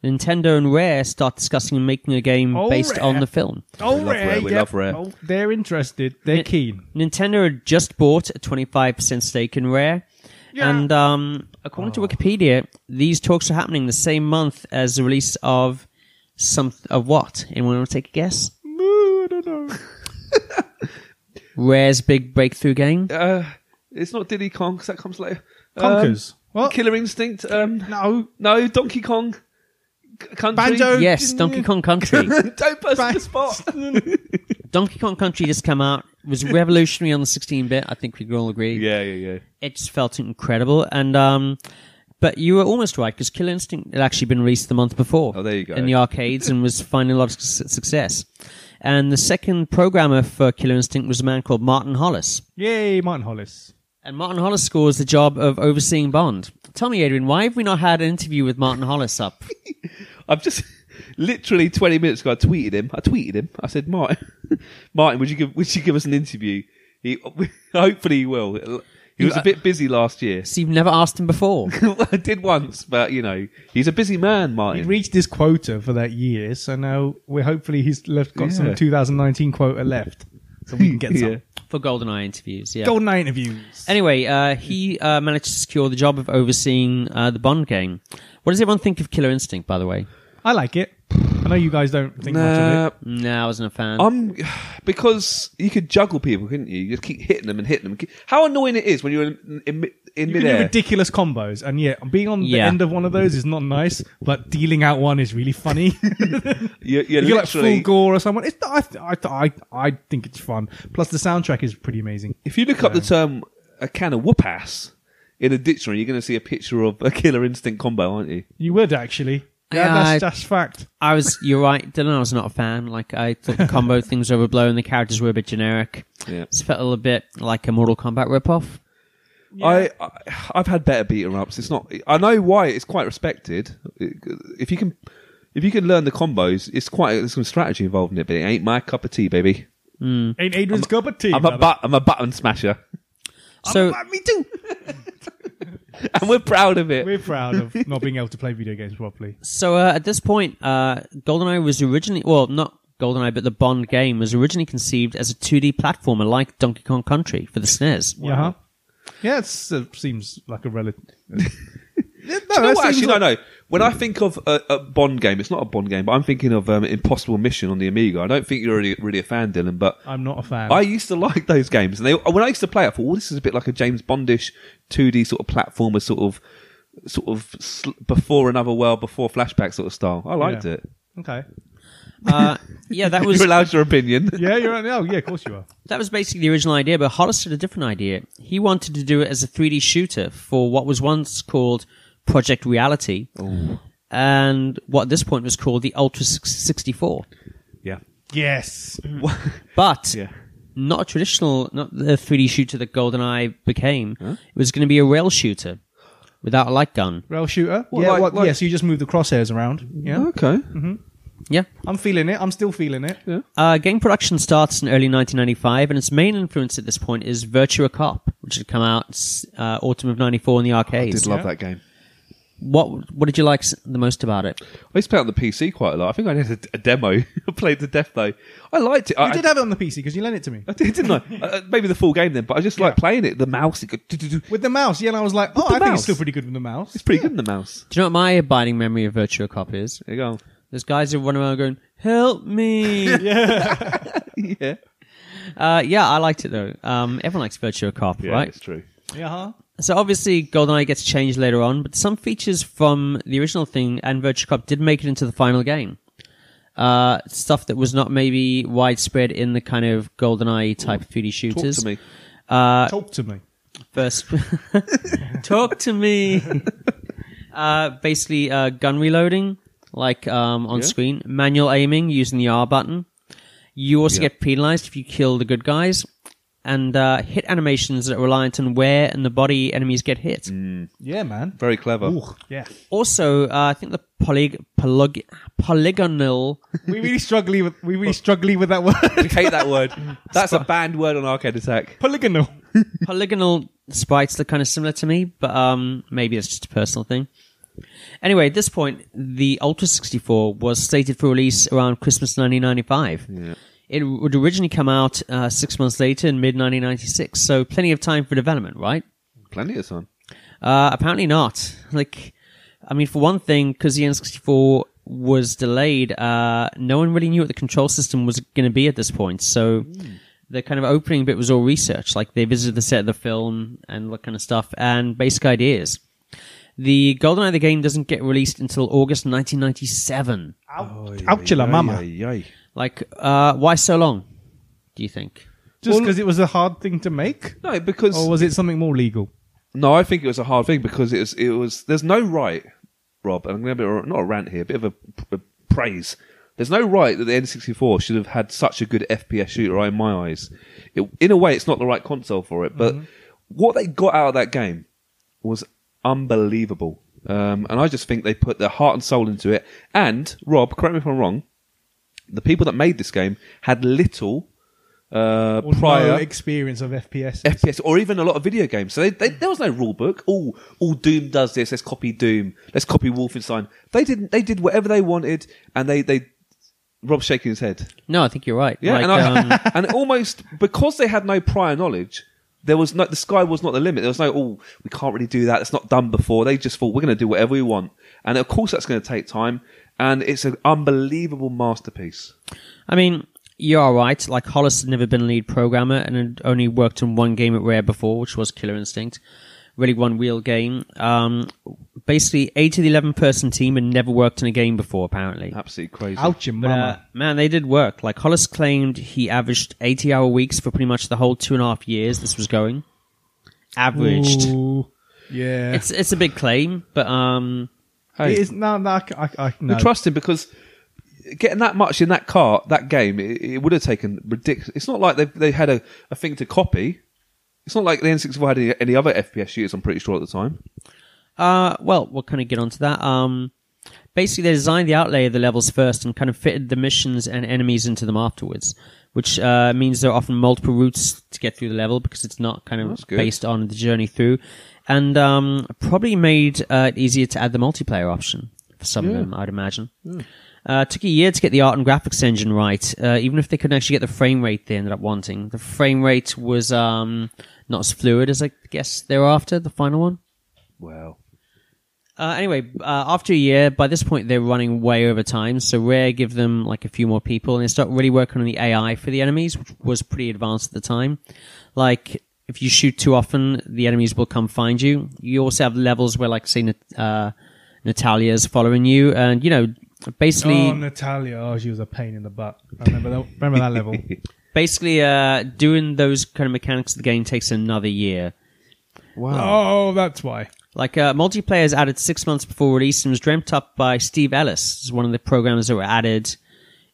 [SPEAKER 1] Nintendo and Rare start discussing making a game
[SPEAKER 3] Oh,
[SPEAKER 1] based
[SPEAKER 3] Rare.
[SPEAKER 1] on the film.
[SPEAKER 3] Oh,
[SPEAKER 2] love Rare, we love Rare.
[SPEAKER 3] Oh, they're interested. They're
[SPEAKER 1] It-
[SPEAKER 3] keen.
[SPEAKER 1] Nintendo had just bought a 25% stake in Rare. And um, according to Wikipedia, these talks are happening the same month as the release of some of what? Anyone want to take a guess?
[SPEAKER 2] No, I don't know.
[SPEAKER 1] Rare's big breakthrough game.
[SPEAKER 2] Uh, it's not Diddy Kong, 'cause that comes later.
[SPEAKER 3] Conkers.
[SPEAKER 2] Um,
[SPEAKER 3] what?
[SPEAKER 2] Killer Instinct. Um,
[SPEAKER 3] no.
[SPEAKER 2] no, Donkey Kong. C- Country.
[SPEAKER 3] Banjo-
[SPEAKER 1] Yes, Donkey Kong Country.
[SPEAKER 2] don't bust the spot.
[SPEAKER 1] Donkey Kong Country just came out. It was revolutionary on the 16-bit. I think we can all agree.
[SPEAKER 2] yeah, yeah, yeah.
[SPEAKER 1] It just felt incredible. And um, but you were almost right because Killer Instinct had actually been released the month before.
[SPEAKER 2] Oh, there you go.
[SPEAKER 1] In the arcades and was finding a lot of su- success. And the second programmer for Killer Instinct was a man called Martin Hollis.
[SPEAKER 3] Yay, Martin Hollis.
[SPEAKER 1] And Martin Hollis scores the job of overseeing Bond. Tell me, Adrian, why have we not had an interview with Martin Hollis up?
[SPEAKER 2] I've just literally 20 minutes ago. I tweeted him. I tweeted him. I said, Martin, Martin, would you give would you give us an interview? He hopefully he will. He was a bit busy last year.
[SPEAKER 1] So you've never asked him before.
[SPEAKER 2] I did once, but you know, he's a busy man,
[SPEAKER 3] He
[SPEAKER 2] Martin.
[SPEAKER 3] reached his quota for that year, so now we're hopefully he's left got
[SPEAKER 2] Yeah.
[SPEAKER 3] some 2019 quota left, so we can get some
[SPEAKER 2] Yeah.
[SPEAKER 1] For GoldenEye interviews, yeah.
[SPEAKER 3] golden eye interviews.
[SPEAKER 1] Anyway, uh, he uh, managed to secure the job of overseeing uh, the Bond game. What does everyone think of Killer Instinct, by the way?
[SPEAKER 3] I like it. I know you guys don't think
[SPEAKER 2] Nah,
[SPEAKER 3] much of
[SPEAKER 1] No, I wasn't a fan.
[SPEAKER 2] I'm because you could juggle people, couldn't you? You just keep hitting them and hitting them. How annoying it is when you're in, in, mid- in
[SPEAKER 3] it. You can do
[SPEAKER 2] midair.
[SPEAKER 3] ridiculous combos, and yeah, being on the
[SPEAKER 1] Yeah.
[SPEAKER 3] end of one of those is not nice, but dealing out one is really funny.
[SPEAKER 2] You're, you're
[SPEAKER 3] if you're like
[SPEAKER 2] literally.
[SPEAKER 3] full gore or someone, it's, I, I, I, I think it's fun. Plus, the soundtrack is pretty amazing.
[SPEAKER 2] if you look up the term "a can of whoop ass" in a dictionary, you're going to see a picture of a Killer Instinct combo, aren't you?
[SPEAKER 3] You would actually. Yeah,
[SPEAKER 1] Yeah, I-
[SPEAKER 3] that's, that's fact.
[SPEAKER 1] I was, you're right, Dylan. I was not a fan. Like I thought the combo things were overblown. The characters were a bit generic.
[SPEAKER 2] Yeah.
[SPEAKER 1] It felt a little bit like a Mortal Kombat ripoff.
[SPEAKER 2] I, I I've had better beat 'em ups. It's not. I know why it's quite respected. If you can, if you can learn the combos, it's quite there's some strategy involved in it. But it ain't my cup of tea, baby.
[SPEAKER 3] Ain't Adrian's cup of tea.
[SPEAKER 2] Mm. I'm a
[SPEAKER 3] brother.
[SPEAKER 2] but, I'm a button smasher,
[SPEAKER 1] So
[SPEAKER 3] me too.
[SPEAKER 2] and we're proud of it.
[SPEAKER 3] We're proud of not being able to play video games properly.
[SPEAKER 1] So uh, at this point, uh, GoldenEye was originally well, not GoldenEye, but the Bond game was originally conceived as a 2D platformer like Donkey Kong Country for the E SNES.
[SPEAKER 3] Yeah. huh Yeah, it's, uh, seems like a relative. no,
[SPEAKER 2] Do you know what, actually, no, no. When I think of a, a Bond game, it's not a Bond game, but I'm thinking of um, Impossible Mission on the Amiga. I don't think you're really, really a fan, Dylan, but
[SPEAKER 3] I'm not a fan.
[SPEAKER 2] I used to like those games. And they, when I used to play, it, I thought, "Well, this is a bit like a James Bondish 2D sort of platformer, sort of, sort of sl- before another world, before flashback sort of style." I liked
[SPEAKER 3] Yeah.
[SPEAKER 2] it.
[SPEAKER 3] okay.
[SPEAKER 1] Uh, yeah, that was
[SPEAKER 2] You're allowed your opinion.
[SPEAKER 3] Yeah, you're right. Oh, yeah, of course you are.
[SPEAKER 1] that was basically the original idea. But Hollis had a different idea. He wanted to do it as a 3D shooter for what was once called Project Reality, and what at this point was called the Ultra 64.
[SPEAKER 2] yeah.
[SPEAKER 3] Yes.
[SPEAKER 1] But
[SPEAKER 2] Yeah.
[SPEAKER 1] not a traditional, not the 3D shooter that GoldenEye became. It was going to be a rail shooter without a light gun.
[SPEAKER 3] Rail shooter.
[SPEAKER 2] What,
[SPEAKER 3] yeah,
[SPEAKER 2] like-
[SPEAKER 3] what-
[SPEAKER 2] like-
[SPEAKER 3] yeah, so you just move the crosshairs around. Yeah.
[SPEAKER 2] Okay.
[SPEAKER 1] Yeah.
[SPEAKER 3] I'm feeling it. I'm still feeling it.
[SPEAKER 1] Uh, game production starts in early 1995, and its main influence at this point is Virtua Cop, which had come out uh, autumn of '94 in the
[SPEAKER 2] I
[SPEAKER 1] arcades.
[SPEAKER 2] did love that game.
[SPEAKER 1] What What did you like s- the most about it?
[SPEAKER 2] I used to play it on the PC quite a lot. I think I did a, a demo. I played to death though. I liked it. I,
[SPEAKER 3] You did have it on the PC because you lent it to me.
[SPEAKER 2] I did, didn't I? Uh, uh, maybe the full game then, but I just like playing it. The mouse, it go, do-do-do.
[SPEAKER 3] With the mouse, yeah, and I was like, oh,
[SPEAKER 2] the
[SPEAKER 3] I think
[SPEAKER 2] mouse.
[SPEAKER 3] it's still pretty good with the mouse.
[SPEAKER 2] it's pretty good in the mouse.
[SPEAKER 1] Do you know what my abiding memory of Virtua Cop is?
[SPEAKER 2] There you go.
[SPEAKER 1] There's guys who run around going, "Help me!"
[SPEAKER 2] Yeah,
[SPEAKER 1] uh, yeah, I liked it though. Um, everyone likes Virtua Cop,
[SPEAKER 2] yeah,
[SPEAKER 1] right?
[SPEAKER 2] it's true.
[SPEAKER 3] Yeah, huh?
[SPEAKER 1] So obviously, GoldenEye gets changed later on, but some features from the original thing and Virtua Cop did make it into the final game. Uh, stuff that was not maybe widespread in the kind of GoldenEye type 3D
[SPEAKER 2] Talk
[SPEAKER 1] shooters.
[SPEAKER 2] to me.
[SPEAKER 3] Talk to me.
[SPEAKER 1] First, talk to me. uh, basically, uh, gun reloading, like um, on
[SPEAKER 2] Yeah.
[SPEAKER 1] screen, manual aiming using the R button. You also
[SPEAKER 2] Yeah.
[SPEAKER 1] get penalized if you kill the good guys, and uh, hit animations that are reliant on where and the body enemies get hit.
[SPEAKER 2] Mm.
[SPEAKER 3] Yeah, man.
[SPEAKER 2] Very clever.
[SPEAKER 3] Ooh, yeah.
[SPEAKER 1] Also, uh, I think the poly- polyg- polygonal.
[SPEAKER 3] We really struggling with we really struggling with that word.
[SPEAKER 2] We hate that word. That's a banned word on Arcade Attack.
[SPEAKER 3] Polygonal.
[SPEAKER 1] polygonal sprites look kind of similar to me, but um, maybe it's just a personal thing. Anyway, at this point, the Ultra 64 was slated for release around Christmas 1995. It would originally come out uh, six months later in mid 1996, so plenty of time for development, right?
[SPEAKER 2] Plenty of time.
[SPEAKER 1] Uh, apparently not. Like, I mean, for one thing, because the N64 was delayed, uh, no one really knew what the control system was going to be at this point. So the kind of opening bit was all research. Like, they visited the set of the film and all that kind of stuff and basic ideas. The GoldenEye the game doesn't get released until August 1997.
[SPEAKER 3] Ouch, la mama.
[SPEAKER 1] Like, uh, why so long? Do you think?
[SPEAKER 3] Just because it was a hard thing to make,
[SPEAKER 2] No, because
[SPEAKER 3] or was it something more legal?
[SPEAKER 2] no, I think it was a hard thing because it was. It was. There's no right, Rob. And I'm going to be a- not a rant here, a bit of a, a praise. There's no right that the N64 should have had such a good FPS shooter. In my eyes, it, in a way, it's not the right console for it.
[SPEAKER 3] Mm-hmm.
[SPEAKER 2] But what they got out of that game was unbelievable. Um, and I just think they put their heart and soul into it. And Rob, correct me if I'm wrong. The people that made this game had little uh,
[SPEAKER 3] Or no
[SPEAKER 2] prior
[SPEAKER 3] experience of FPS.
[SPEAKER 2] FPS or even a lot of video games. So they, they, there was no rule book. All all Doom does this. Let's copy Doom. Let's copy Wolfenstein. They didn't. They did whatever they wanted, and they they. Rob's shaking his head.
[SPEAKER 1] No, I think you're right.
[SPEAKER 2] Yeah,
[SPEAKER 1] Like,
[SPEAKER 2] and, I,
[SPEAKER 1] um,
[SPEAKER 2] and almost because they had no prior knowledge, there was no the sky was not the limit. There was no oh we can't really do that. It's not done before. They just thought we're going to do whatever we want, and of course that's going to take time. And it's an unbelievable masterpiece.
[SPEAKER 1] I mean, you are right. Like Hollis had never been a lead programmer and had only worked on one game at Rare before, which was Killer Instinct. Really, one real game. Um, basically, eight to the eleven person team had never worked on a game before, apparently.
[SPEAKER 2] Absolutely crazy.
[SPEAKER 3] Ouch, your
[SPEAKER 1] But, uh,
[SPEAKER 3] mama.
[SPEAKER 1] man, they did work. Like Hollis claimed, he averaged eighty-hour weeks for pretty much the whole two and a half years this was going. Averaged.
[SPEAKER 3] Ooh, yeah.
[SPEAKER 1] It's it's a big claim, but um,
[SPEAKER 2] Hey.
[SPEAKER 3] It is no, no, I, I, I no.
[SPEAKER 2] We trust him because getting that much in that car, that game, it, it would have taken ridiculous. It's not like they they had a, a thing to copy. It's not like the N64 had any, any other FPS shooters. I'm pretty sure at the time.
[SPEAKER 1] Uh, well, we'll kind of get onto that. Um, basically, they designed the outlay of the levels first and kind of fitted the missions and enemies into them afterwards, which uh, means there are often multiple routes to get through the level because it's not kind of
[SPEAKER 2] That's good.
[SPEAKER 1] based on the journey through, and um, probably made uh, it easier to add the multiplayer option for some of them, I'd imagine.
[SPEAKER 2] Hmm.
[SPEAKER 1] Uh, it took a year to get the art and graphics engine right, uh, even if they couldn't actually get the frame rate they ended up wanting. The frame rate was um, not as fluid as I guess they were after, the final one.
[SPEAKER 2] Well,
[SPEAKER 1] Uh, anyway, uh, after a year, by this point they're running way over time. So Rare give them like a few more people, and they start really working on the AI for the enemies, which was pretty advanced at the time. Like if you shoot too often, the enemies will come find you. You also have levels where, like, say, Nat- uh, Natalia's following you, and you know, basically,
[SPEAKER 3] Oh, Natalia. Oh, she was a pain in the butt. I remember that. Remember that level.
[SPEAKER 1] basically uh, doing those kind of mechanics of the game takes another year.
[SPEAKER 2] wow.
[SPEAKER 3] Oh, that's why.
[SPEAKER 1] Like uh, multiplayer is added six months before release and was dreamt up by Steve Ellis, who's one of the programs that were added,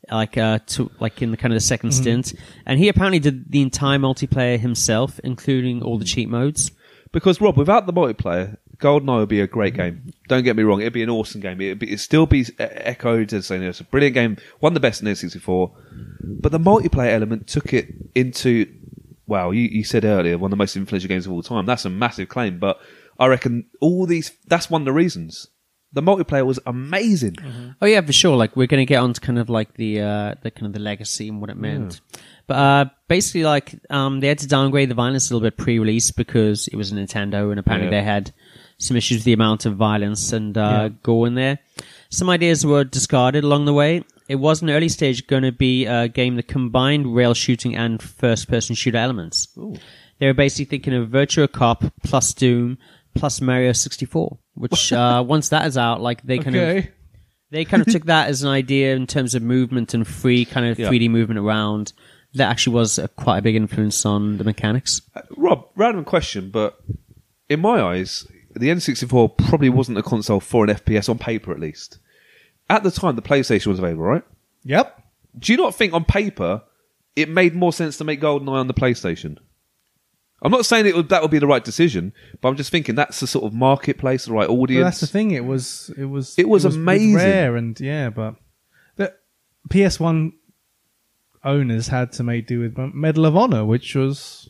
[SPEAKER 1] like uh, to like in the kind of the 2nd stint. And he apparently did the entire multiplayer himself, including all the cheat modes.
[SPEAKER 2] Because Rob, without the multiplayer, Goldeneye would be a great game. Don't get me wrong; it'd be an awesome game. It'd, be, it'd still be e- echoed as saying it's a brilliant game, one of the best in N64. But the multiplayer element took it into wow. You, you said earlier one of the most influential games of all time. That's a massive claim, but I reckon all these that's one of the reasons. The multiplayer was amazing.
[SPEAKER 1] Oh yeah, for sure. Like we're going to get on to kind of like the uh, the kind of the legacy and what it meant. But uh, basically, like um, they had to downgrade the violence a little bit pre-release because it was a Nintendo, and apparently
[SPEAKER 2] Yeah.
[SPEAKER 1] they had some issues with the amount of violence and uh, gore in there. Some ideas were discarded along the way. It was an early stage going to be a game that combined rail shooting and first-person shooter elements. They were basically thinking of Virtua Cop plus Doom plus Mario 64, which uh, once that is out, like they kind of
[SPEAKER 3] Okay.
[SPEAKER 1] they kind of took that as an idea in terms of movement and free kind of
[SPEAKER 2] Yeah.
[SPEAKER 1] 3D movement around. That actually was a, quite a big influence on the mechanics.
[SPEAKER 2] Rob, random question, but in my eyes, the N64 probably wasn't a console for an FPS on paper, at least. At the time, the PlayStation was available, right?
[SPEAKER 3] Yep.
[SPEAKER 2] Do you not think on paper it made more sense to make GoldenEye on the PlayStation? I'm not saying it would, that would be the right decision, but I'm just thinking that's the sort of marketplace, the right audience.
[SPEAKER 3] But that's the thing. It was. It was.
[SPEAKER 2] It was amazing.
[SPEAKER 3] Rare and yeah, but the PS1 owners had to make do with Medal of Honor, which was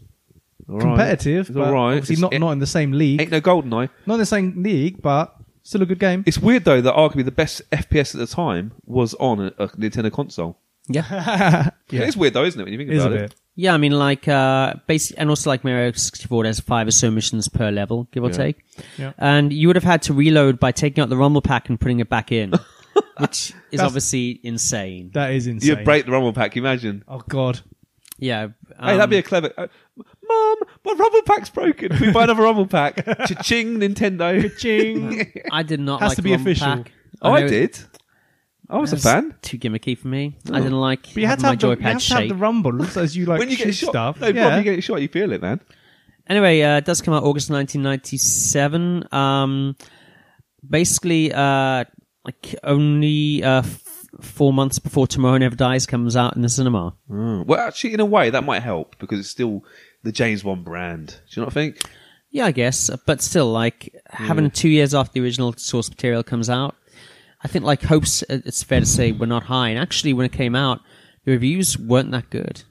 [SPEAKER 2] All right.
[SPEAKER 3] competitive,
[SPEAKER 2] It's
[SPEAKER 3] but
[SPEAKER 2] all right.
[SPEAKER 3] obviously
[SPEAKER 2] It's-
[SPEAKER 3] not
[SPEAKER 2] it
[SPEAKER 3] not in the same league,
[SPEAKER 2] ain't no GoldenEye.
[SPEAKER 3] not in the same league, but still a good game.
[SPEAKER 2] It's weird though that arguably the best FPS at the time was on a, a Nintendo console.
[SPEAKER 1] Yeah.
[SPEAKER 2] Yeah. It is weird though, isn't it? When you think
[SPEAKER 3] It is a
[SPEAKER 2] about it,
[SPEAKER 3] bit.
[SPEAKER 1] Yeah, I mean, like, uh, basically, and also like Mario 64, there's five or so missions per level, give or
[SPEAKER 2] Yeah.
[SPEAKER 1] take.
[SPEAKER 3] Yeah.
[SPEAKER 1] And you would have had to reload by taking out the rumble pack and putting it back in, which is obviously insane.
[SPEAKER 3] That is
[SPEAKER 2] you
[SPEAKER 3] insane.
[SPEAKER 2] break the rumble pack. Imagine.
[SPEAKER 3] Oh god.
[SPEAKER 1] Yeah.
[SPEAKER 2] hey,
[SPEAKER 1] um,
[SPEAKER 2] that'd be a clever. Uh, Mom, my rumble pack's broken. Can we buy another rumble pack? Cha-ching, Nintendo.
[SPEAKER 3] Ching.
[SPEAKER 1] I did not
[SPEAKER 3] Has
[SPEAKER 1] like
[SPEAKER 3] to
[SPEAKER 1] the
[SPEAKER 3] be
[SPEAKER 1] rumble
[SPEAKER 3] official.
[SPEAKER 1] pack.
[SPEAKER 2] oh,
[SPEAKER 1] know
[SPEAKER 2] I
[SPEAKER 1] it-
[SPEAKER 2] did. I was a
[SPEAKER 1] it
[SPEAKER 2] fan.
[SPEAKER 1] Too gimmicky for me. I didn't like
[SPEAKER 3] Oh. But you had, to
[SPEAKER 1] having
[SPEAKER 3] have the,
[SPEAKER 1] my
[SPEAKER 3] you had
[SPEAKER 1] joypad
[SPEAKER 3] to have
[SPEAKER 1] shake.
[SPEAKER 3] the rumbles as you like
[SPEAKER 2] When you get
[SPEAKER 3] shoot
[SPEAKER 2] shot,
[SPEAKER 3] stuff.
[SPEAKER 2] no,
[SPEAKER 3] yeah.
[SPEAKER 2] Rob, you get shot, you feel it, man.
[SPEAKER 1] Anyway, uh, it does come out August 1997. Um, basically, uh, like only uh, f- four months before Tomorrow Never Dies comes out in the cinema.
[SPEAKER 2] Mm. Well, actually, in a way, that might help because it's still the James Bond brand. Do you not think?
[SPEAKER 1] Yeah, I guess, but still, like
[SPEAKER 3] Mm.
[SPEAKER 1] having two years after the original source material comes out, I think like hopes uh, it's fair to say were not high. And actually, when it came out, the reviews weren't that good.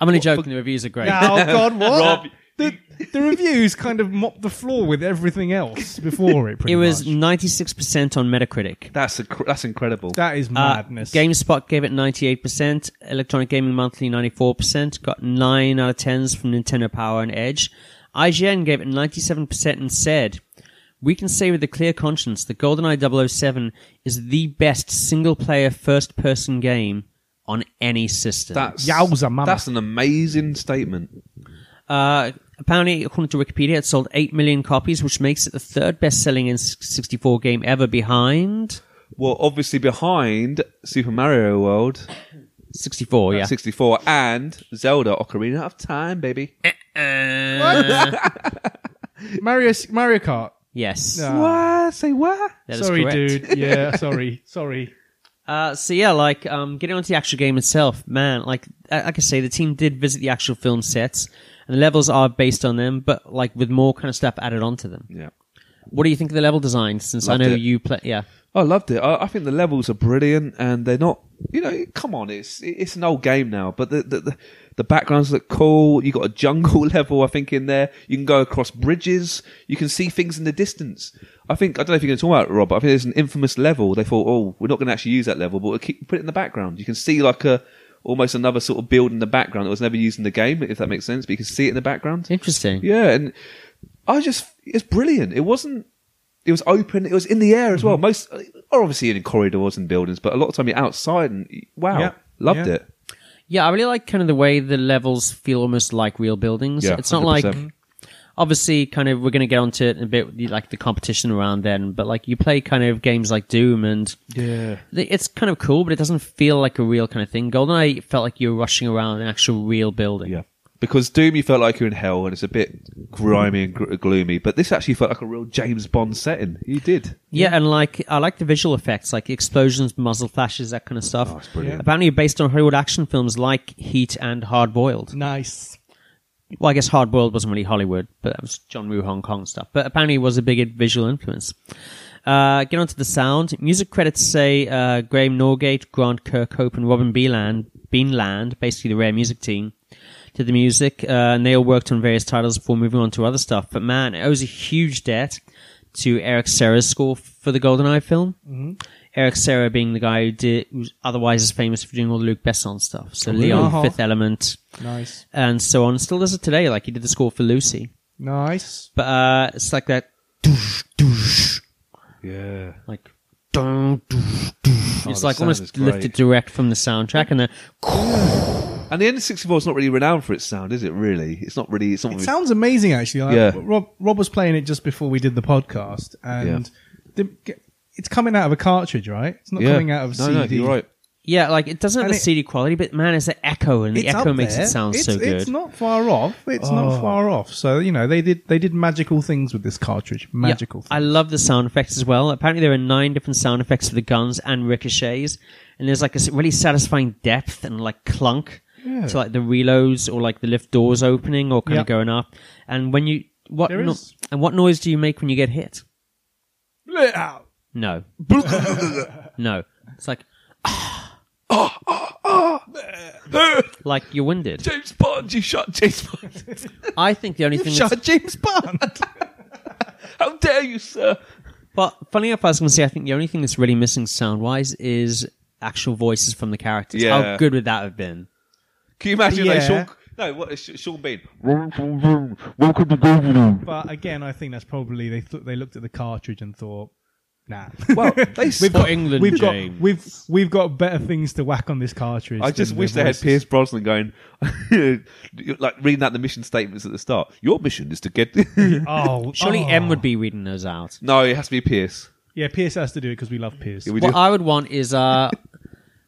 [SPEAKER 1] I'm only joking. the reviews are great.
[SPEAKER 3] Yeah, oh god, what?
[SPEAKER 2] Rob,
[SPEAKER 3] the, the reviews kind of mopped the floor with everything else before it. Pretty
[SPEAKER 1] it was
[SPEAKER 3] much.
[SPEAKER 1] 96% on Metacritic.
[SPEAKER 2] That's a, cr- that's incredible.
[SPEAKER 3] that is
[SPEAKER 1] Uh,
[SPEAKER 3] madness.
[SPEAKER 1] GameSpot gave it 98%, Electronic Gaming Monthly 94%, got 9 out of 10s from Nintendo Power and Edge. IGN gave it 97% and said, We can say with a clear conscience that GoldenEye 007 is the best single player first person game on any system.
[SPEAKER 2] that's
[SPEAKER 3] Yowza mama.
[SPEAKER 2] That's an amazing statement.
[SPEAKER 1] Uh, apparently, according to Wikipedia, it sold 8 million copies, which makes it the third best selling N64 game ever behind
[SPEAKER 2] Well, obviously behind Super Mario World
[SPEAKER 1] 64, yeah.
[SPEAKER 2] 64 and Zelda Ocarina of Time, baby.
[SPEAKER 1] Uh,
[SPEAKER 3] Mario Mario Kart.
[SPEAKER 1] Yes.
[SPEAKER 3] No.
[SPEAKER 2] What? Say what?
[SPEAKER 1] that is
[SPEAKER 3] sorry,
[SPEAKER 1] correct.
[SPEAKER 3] dude. Yeah, sorry, sorry.
[SPEAKER 1] Uh, so yeah, like um, getting onto the actual game itself, man. Like I- like I say, the team did visit the actual film sets, and the levels are based on them, but like with more kind of stuff added onto them.
[SPEAKER 2] Yeah.
[SPEAKER 1] What do you think of the level design? Since
[SPEAKER 2] Loved
[SPEAKER 1] I know
[SPEAKER 2] it.
[SPEAKER 1] you play, yeah,
[SPEAKER 2] I loved it. I, I think the levels are brilliant, and they're not. You know, come on, it's it's an old game now, but the the, the, the backgrounds look cool. You got a jungle level, I think, in there. You can go across bridges. You can see things in the distance. I think I don't know if you're going to talk about it, Rob. But I think there's an infamous level. They thought, oh, we're not going to actually use that level, but we'll keep put it in the background. You can see like a almost another sort of build in the background that was never used in the game, if that makes sense. But you can see it in the background.
[SPEAKER 1] interesting.
[SPEAKER 2] Yeah, and I just it's brilliant. It wasn't. It was open. It was in the air as
[SPEAKER 3] Mm-hmm.
[SPEAKER 2] well. Most are obviously in corridors and buildings, but a lot of time you're outside. And wow,
[SPEAKER 3] Yeah,
[SPEAKER 2] loved
[SPEAKER 3] yeah.
[SPEAKER 2] it.
[SPEAKER 1] Yeah, I really like kind of the way the levels feel almost like real buildings.
[SPEAKER 2] Yeah,
[SPEAKER 1] it's not like
[SPEAKER 2] 100%.
[SPEAKER 1] obviously kind of we're going to get onto it in a bit like the competition around then, but like you play kind of games like Doom and
[SPEAKER 2] Yeah,
[SPEAKER 1] th- it's kind of cool, but it doesn't feel like a real kind of thing. Goldeneye felt like you were rushing around an actual real building.
[SPEAKER 2] yeah. Because Doom, you felt like you're in hell, and it's a bit grimy and gr- gloomy. But this actually felt like a real James Bond setting. You did.
[SPEAKER 1] Yeah, and like I like the visual effects, like explosions, muzzle flashes, that kind of stuff.
[SPEAKER 2] Oh, it's brilliant.
[SPEAKER 1] Apparently, based on Hollywood action films like Heat and Hard Boiled.
[SPEAKER 3] Nice.
[SPEAKER 1] well, I guess Hard Boiled wasn't really Hollywood, but that was John Woo Hong Kong stuff. But apparently, it was a big visual influence. Uh, get on to the sound. Music credits say uh, Graham Norgate, Grant Kirkhope, and Robin Beeland, Beanland, basically the Rare Music team, did the music. Uh, and they all worked on various titles before moving on to other stuff. But man, it owes a huge debt to Eric Serra's score for the GoldenEye film. Eric Serra being the guy who did, who's otherwise is famous for doing all the Luke Besson stuff. So Leon,
[SPEAKER 3] Uh-huh.
[SPEAKER 1] Fifth Element,
[SPEAKER 3] Nice.
[SPEAKER 1] and so on. Still does it today. Like he did the score for Lucy,
[SPEAKER 3] Nice.
[SPEAKER 1] but uh, it's like that, doosh, doosh,
[SPEAKER 2] Yeah.
[SPEAKER 1] like. dun, doosh, doosh.
[SPEAKER 2] Oh,
[SPEAKER 1] it's
[SPEAKER 2] the
[SPEAKER 1] like
[SPEAKER 2] sound is
[SPEAKER 1] almost
[SPEAKER 2] great.
[SPEAKER 1] lifted direct from the soundtrack, and then
[SPEAKER 2] And the N64 is not really renowned for its sound, is it? Really, it's not really. It's not.
[SPEAKER 3] It
[SPEAKER 2] really-
[SPEAKER 3] sounds amazing, actually. Like,
[SPEAKER 2] Yeah.
[SPEAKER 3] Rob, Rob was playing it just before we did the podcast, and the, it's coming out of a cartridge, right? It's not
[SPEAKER 2] yeah.
[SPEAKER 3] coming out of a
[SPEAKER 2] no,
[SPEAKER 3] CD.
[SPEAKER 2] no, you're right.
[SPEAKER 1] yeah, like it doesn't have
[SPEAKER 3] And
[SPEAKER 1] the
[SPEAKER 3] it-
[SPEAKER 1] CD quality, but man, it's the echo, and the
[SPEAKER 3] It's
[SPEAKER 1] echo
[SPEAKER 3] up
[SPEAKER 1] makes
[SPEAKER 3] there.
[SPEAKER 1] it sound
[SPEAKER 3] it's,
[SPEAKER 1] so good. Oh.
[SPEAKER 3] It's not far off. It's not far off. So you know they did they did magical things with this cartridge.
[SPEAKER 1] Yeah,
[SPEAKER 3] Magical.
[SPEAKER 1] I
[SPEAKER 3] things.
[SPEAKER 1] love the sound effects as well. Apparently, there are nine different sound effects for the guns and ricochets, and there's like a s- really satisfying depth and like clunk to like the reloads or like the lift doors opening or kind
[SPEAKER 3] Yeah.
[SPEAKER 1] of going up. And when you what
[SPEAKER 3] There
[SPEAKER 1] no-
[SPEAKER 3] is-
[SPEAKER 1] and what noise do you make when you get hit?
[SPEAKER 3] Let out.
[SPEAKER 1] No, no, it's like like you're winded.
[SPEAKER 2] James Bond, you shot James Bond.
[SPEAKER 1] I think the only thing that's
[SPEAKER 3] Shut James Bond.
[SPEAKER 2] How dare you, sir?
[SPEAKER 1] Well, funny enough, I was going to say, I think the only thing that's really missing sound wise is actual voices from the characters.
[SPEAKER 2] Yeah.
[SPEAKER 1] How good would that have been?
[SPEAKER 2] Can you imagine? Like,
[SPEAKER 3] Yeah.
[SPEAKER 2] Sean, no, what is Sean Bean?
[SPEAKER 4] Welcome to Goldeneye.
[SPEAKER 3] but again, I think that's probably they thought they looked at the cartridge and thought, nah.
[SPEAKER 2] Well, they.
[SPEAKER 1] We've got England,
[SPEAKER 3] we've got
[SPEAKER 1] James.
[SPEAKER 3] we've we've got better things to whack on this cartridge.
[SPEAKER 2] I just
[SPEAKER 3] than
[SPEAKER 2] wish
[SPEAKER 3] their
[SPEAKER 2] they had
[SPEAKER 3] voices.
[SPEAKER 2] Pierce Brosnan going, like reading out the mission statements at the start. Your mission is to get.
[SPEAKER 3] Oh,
[SPEAKER 1] Surely
[SPEAKER 3] oh.
[SPEAKER 1] M would be reading those out.
[SPEAKER 2] no, it has to be Pierce.
[SPEAKER 3] Yeah, Pierce has to do it because we love Pierce.
[SPEAKER 2] Yeah, we
[SPEAKER 1] what
[SPEAKER 2] do.
[SPEAKER 1] I would want is, uh,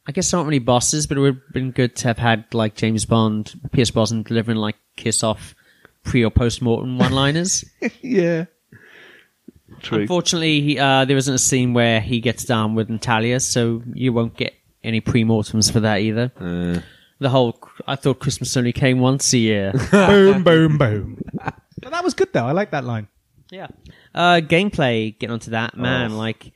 [SPEAKER 1] I guess not really bosses, but it would have been good to have had like James Bond, Pierce Brosnan delivering like kiss off pre or post mortem one liners.
[SPEAKER 2] yeah. True.
[SPEAKER 1] Unfortunately, he, uh, there isn't a scene where he gets down with Natalia, so you won't get any pre-mortems for that either. The whole, I thought Christmas only came once a year.
[SPEAKER 3] boom, boom, boom. But that was good though. I like that line.
[SPEAKER 1] Yeah. Uh, gameplay, get onto that,
[SPEAKER 3] Oh.
[SPEAKER 1] man. Like,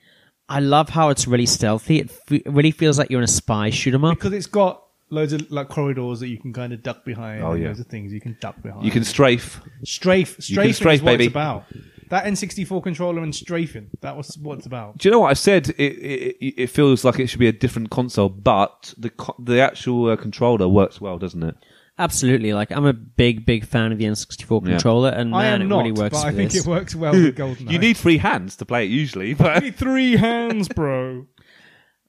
[SPEAKER 1] I love how it's really stealthy. It fe- really feels like you're in a spy shoot 'em up.
[SPEAKER 3] because it's got loads of like corridors that you can kind of duck behind.
[SPEAKER 2] Oh,
[SPEAKER 3] and
[SPEAKER 2] yeah.
[SPEAKER 3] loads of things you can duck behind.
[SPEAKER 2] You can strafe.
[SPEAKER 3] strafe,
[SPEAKER 2] you can
[SPEAKER 3] strafing
[SPEAKER 2] strafe,
[SPEAKER 3] is what
[SPEAKER 2] baby.
[SPEAKER 3] it's about. That N64 controller and strafing. That was what it's about.
[SPEAKER 2] Do you know what I've said? It, it it- it feels like it should be a different console, but the co- the actual uh, controller works well, doesn't it?
[SPEAKER 1] Absolutely. Like, I'm a big, big fan of the N64
[SPEAKER 2] Yeah.
[SPEAKER 1] controller, and man,
[SPEAKER 3] I am
[SPEAKER 1] it
[SPEAKER 3] not,
[SPEAKER 1] really works
[SPEAKER 3] but
[SPEAKER 1] for
[SPEAKER 3] I think
[SPEAKER 1] this.
[SPEAKER 3] it works well with Goldeneye.
[SPEAKER 2] You need three hands to play it usually, but
[SPEAKER 3] You need three hands, bro.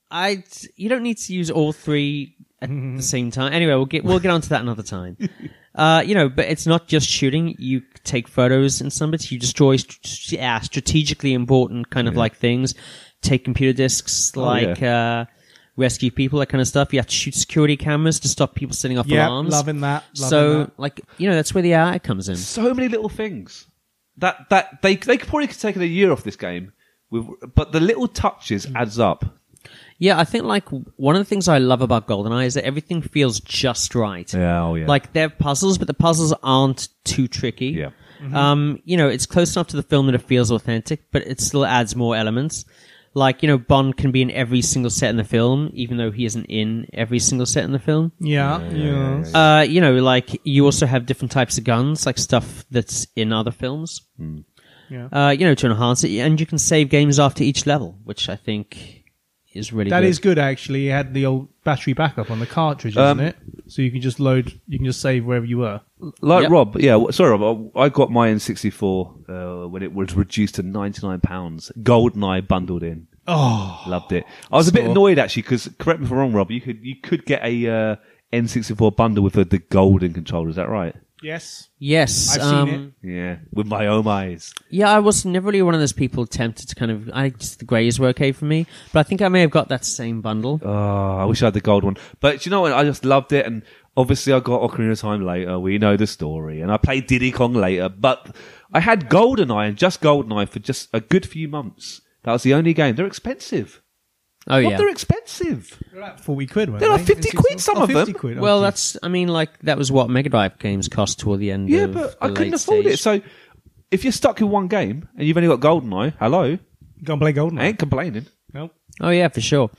[SPEAKER 1] I, you don't need to use all three at the same time. Anyway, we'll get we'll get onto that another time. Uh, you know, but it's not just shooting. You take photos and some bits. You destroy st- yeah, strategically important kind of like things. Take computer disks,
[SPEAKER 3] Oh,
[SPEAKER 1] like uh, rescue people, that kind of stuff. You have to shoot security cameras to stop people setting off
[SPEAKER 3] Yeah,
[SPEAKER 1] alarms.
[SPEAKER 3] loving that. Loving
[SPEAKER 1] so,
[SPEAKER 3] that.
[SPEAKER 1] like, you know, that's where the AI comes in.
[SPEAKER 2] so many little things that that they they could probably could take a year off this game, with, but the little touches adds up.
[SPEAKER 1] Yeah, I think like one of the things I love about GoldenEye is that everything feels just right.
[SPEAKER 2] Yeah, oh, yeah.
[SPEAKER 1] Like they're puzzles, but the puzzles aren't too tricky.
[SPEAKER 2] Yeah.
[SPEAKER 1] Um, you know, it's close enough to the film that it feels authentic, but it still adds more elements. Like you know, Bond can be in every single set in the film, even though he isn't in every single set in the film.
[SPEAKER 3] Yeah, yeah.
[SPEAKER 1] Uh, you know, like you also have different types of guns, like stuff that's in other films.
[SPEAKER 3] Yeah.
[SPEAKER 1] Uh, you know, to enhance it, and you can save games after each level, which I think is really
[SPEAKER 3] That
[SPEAKER 1] good.
[SPEAKER 3] is good, actually. You had the old battery backup on the cartridge, isn't
[SPEAKER 2] Um,
[SPEAKER 3] it? So you can just load, you can just save wherever you were.
[SPEAKER 2] Like
[SPEAKER 1] Yep.
[SPEAKER 2] Rob, yeah. w- Sorry, Rob. I I got my N64 uh, when it was reduced to ninety nine pounds, GoldenEye bundled in.
[SPEAKER 3] Oh,
[SPEAKER 2] Loved it. I was a bit
[SPEAKER 3] Sure.
[SPEAKER 2] annoyed actually because correct me if I'm wrong, Rob. You could you could get a uh, N64 bundle with the, the golden controller. Is that right?
[SPEAKER 3] yes.
[SPEAKER 1] Yes,
[SPEAKER 3] I've seen
[SPEAKER 1] um,
[SPEAKER 3] it.
[SPEAKER 2] Yeah, with my own eyes.
[SPEAKER 1] Yeah, I was never really one of those people tempted to kind of. I just the greys were okay for me, but I think I may have got that same bundle.
[SPEAKER 2] Oh, I wish I had the gold one. But you know what? I just loved it, and obviously I got Ocarina of Time later. We know the story, and I played Diddy Kong later. But I had Goldeneye and just Goldeneye for just a good few months. That was the only game. They're expensive.
[SPEAKER 1] Oh
[SPEAKER 2] What?
[SPEAKER 1] yeah.
[SPEAKER 2] They're expensive.
[SPEAKER 3] They're like 40 quid, weren't
[SPEAKER 2] They're like
[SPEAKER 3] they?
[SPEAKER 2] 50 quid, some
[SPEAKER 3] Oh,
[SPEAKER 2] of them.
[SPEAKER 3] 50 Quid.
[SPEAKER 1] Well,
[SPEAKER 3] Oh,
[SPEAKER 1] that's. I mean, like that was what Mega Drive games cost toward the end.
[SPEAKER 2] Yeah,
[SPEAKER 1] of
[SPEAKER 2] but
[SPEAKER 1] the
[SPEAKER 2] I couldn't
[SPEAKER 1] late
[SPEAKER 2] afford
[SPEAKER 1] stage.
[SPEAKER 2] it. So if you're stuck in one game and you've only got Goldeneye, hello,
[SPEAKER 3] geez. Go and play Goldeneye.
[SPEAKER 2] I ain't complaining.
[SPEAKER 3] Nope.
[SPEAKER 1] Oh yeah, for sure.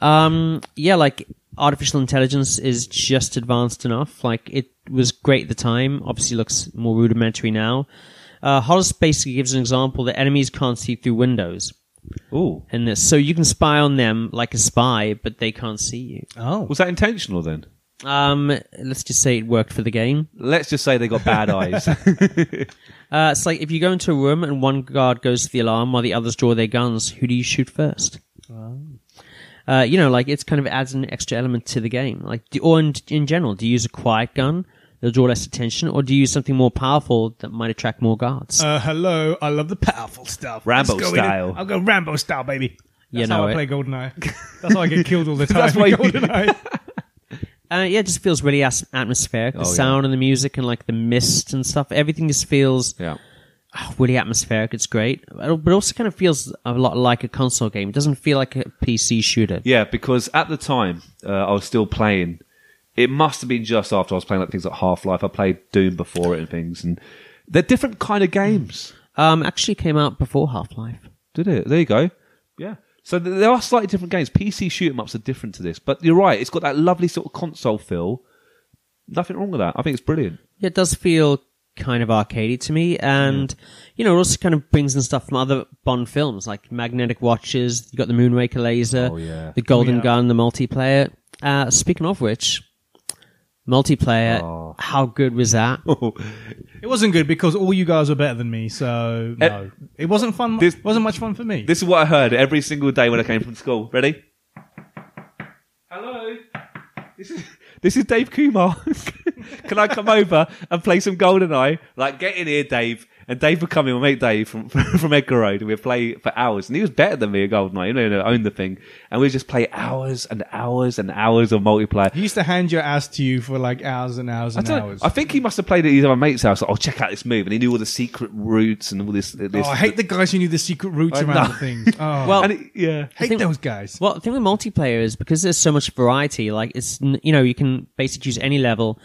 [SPEAKER 1] Um, yeah, like artificial intelligence is just advanced enough. Like it was great at the time. Obviously, looks more rudimentary now. Uh, Hollis basically gives an example that enemies can't see through windows,
[SPEAKER 2] Ooh,
[SPEAKER 1] and that- so you can spy on them like a spy, but they can't see you.
[SPEAKER 3] Oh.
[SPEAKER 2] was that intentional then?
[SPEAKER 1] Um, let's just say it worked for the game.
[SPEAKER 2] Let's just say they got bad eyes.
[SPEAKER 1] Uh, it's like if you go into a room and one guard goes to the alarm while the others draw their guns, who do you shoot first?
[SPEAKER 2] Oh.
[SPEAKER 1] Uh, you know, like it's kind of adds an extra element to the game. Like, do, or in, in general, do you use a quiet gun? They'll draw less attention, or do you use something more powerful that might attract more guards?
[SPEAKER 3] Uh, hello, I love the powerful stuff.
[SPEAKER 2] Rambo
[SPEAKER 3] Let's go in and-
[SPEAKER 2] style.
[SPEAKER 3] I'll go Rambo style, baby. That's
[SPEAKER 1] You know
[SPEAKER 3] how I
[SPEAKER 1] it.
[SPEAKER 3] play Goldeneye. That's how I get killed all the time.
[SPEAKER 2] That's
[SPEAKER 3] in
[SPEAKER 2] why you-
[SPEAKER 3] Goldeneye.
[SPEAKER 1] Uh, yeah, it just feels really as- atmospheric. The
[SPEAKER 2] Oh, yeah.
[SPEAKER 1] sound and the music and like the mist and stuff. Everything just feels
[SPEAKER 2] yeah.
[SPEAKER 1] oh, really atmospheric. It's great, but it also kind of feels a lot like a console game. It doesn't feel like a PC shooter.
[SPEAKER 2] Yeah, because at the time uh, I was still playing. It must have been just after I was playing like things like Half Life. I played Doom before it and things, and they're different kind of games.
[SPEAKER 1] Um, actually, came out before Half Life.
[SPEAKER 2] Did it? There you go. Yeah. So th- there are slightly different games. PC shoot 'em ups are different to this, but you're right. It's got that lovely sort of console feel. Nothing wrong with that. I think it's brilliant.
[SPEAKER 1] Yeah, it does feel kind of arcadey to me, and you know, it also kind of brings in stuff from other Bond films, like Magnetic Watches. You got the Moonraker laser,
[SPEAKER 2] Oh, yeah.
[SPEAKER 1] the Golden
[SPEAKER 3] Oh, yeah.
[SPEAKER 1] Gun, the multiplayer. Uh, speaking of which, multiplayer,
[SPEAKER 2] Oh.
[SPEAKER 1] how good was that?
[SPEAKER 3] it wasn't good because all you guys were better than me, so no.
[SPEAKER 2] Uh,
[SPEAKER 3] it wasn't fun.
[SPEAKER 2] this-
[SPEAKER 3] It wasn't much fun for me.
[SPEAKER 2] This is what I heard every single day when I came from school. Ready? Hello. This is this is Dave Kumar. Can I come over and play some Goldeneye? Like, get in here, Dave. And Dave would come in, my mate Dave from from Edgar Road, and we'd play for hours. And he was better than me at Goldeneye. You know, own the thing. And we'd just play hours and hours and hours of multiplayer.
[SPEAKER 3] he used to hand your ass to you for like hours and hours
[SPEAKER 2] I,
[SPEAKER 3] and
[SPEAKER 2] don't know.
[SPEAKER 3] hours.
[SPEAKER 2] I think he must have played at his other mate's house. Like, oh, check out this move, and he knew all the secret routes and all this.
[SPEAKER 3] oh,
[SPEAKER 2] this
[SPEAKER 3] I hate the guys who knew the secret routes around
[SPEAKER 2] know.
[SPEAKER 3] the things. Oh,
[SPEAKER 1] Well-
[SPEAKER 2] And it- yeah.
[SPEAKER 3] hate
[SPEAKER 1] think-
[SPEAKER 3] those guys.
[SPEAKER 1] Well, the thing with multiplayer is because there's so much variety. Like it's n- you know you can basically use any level,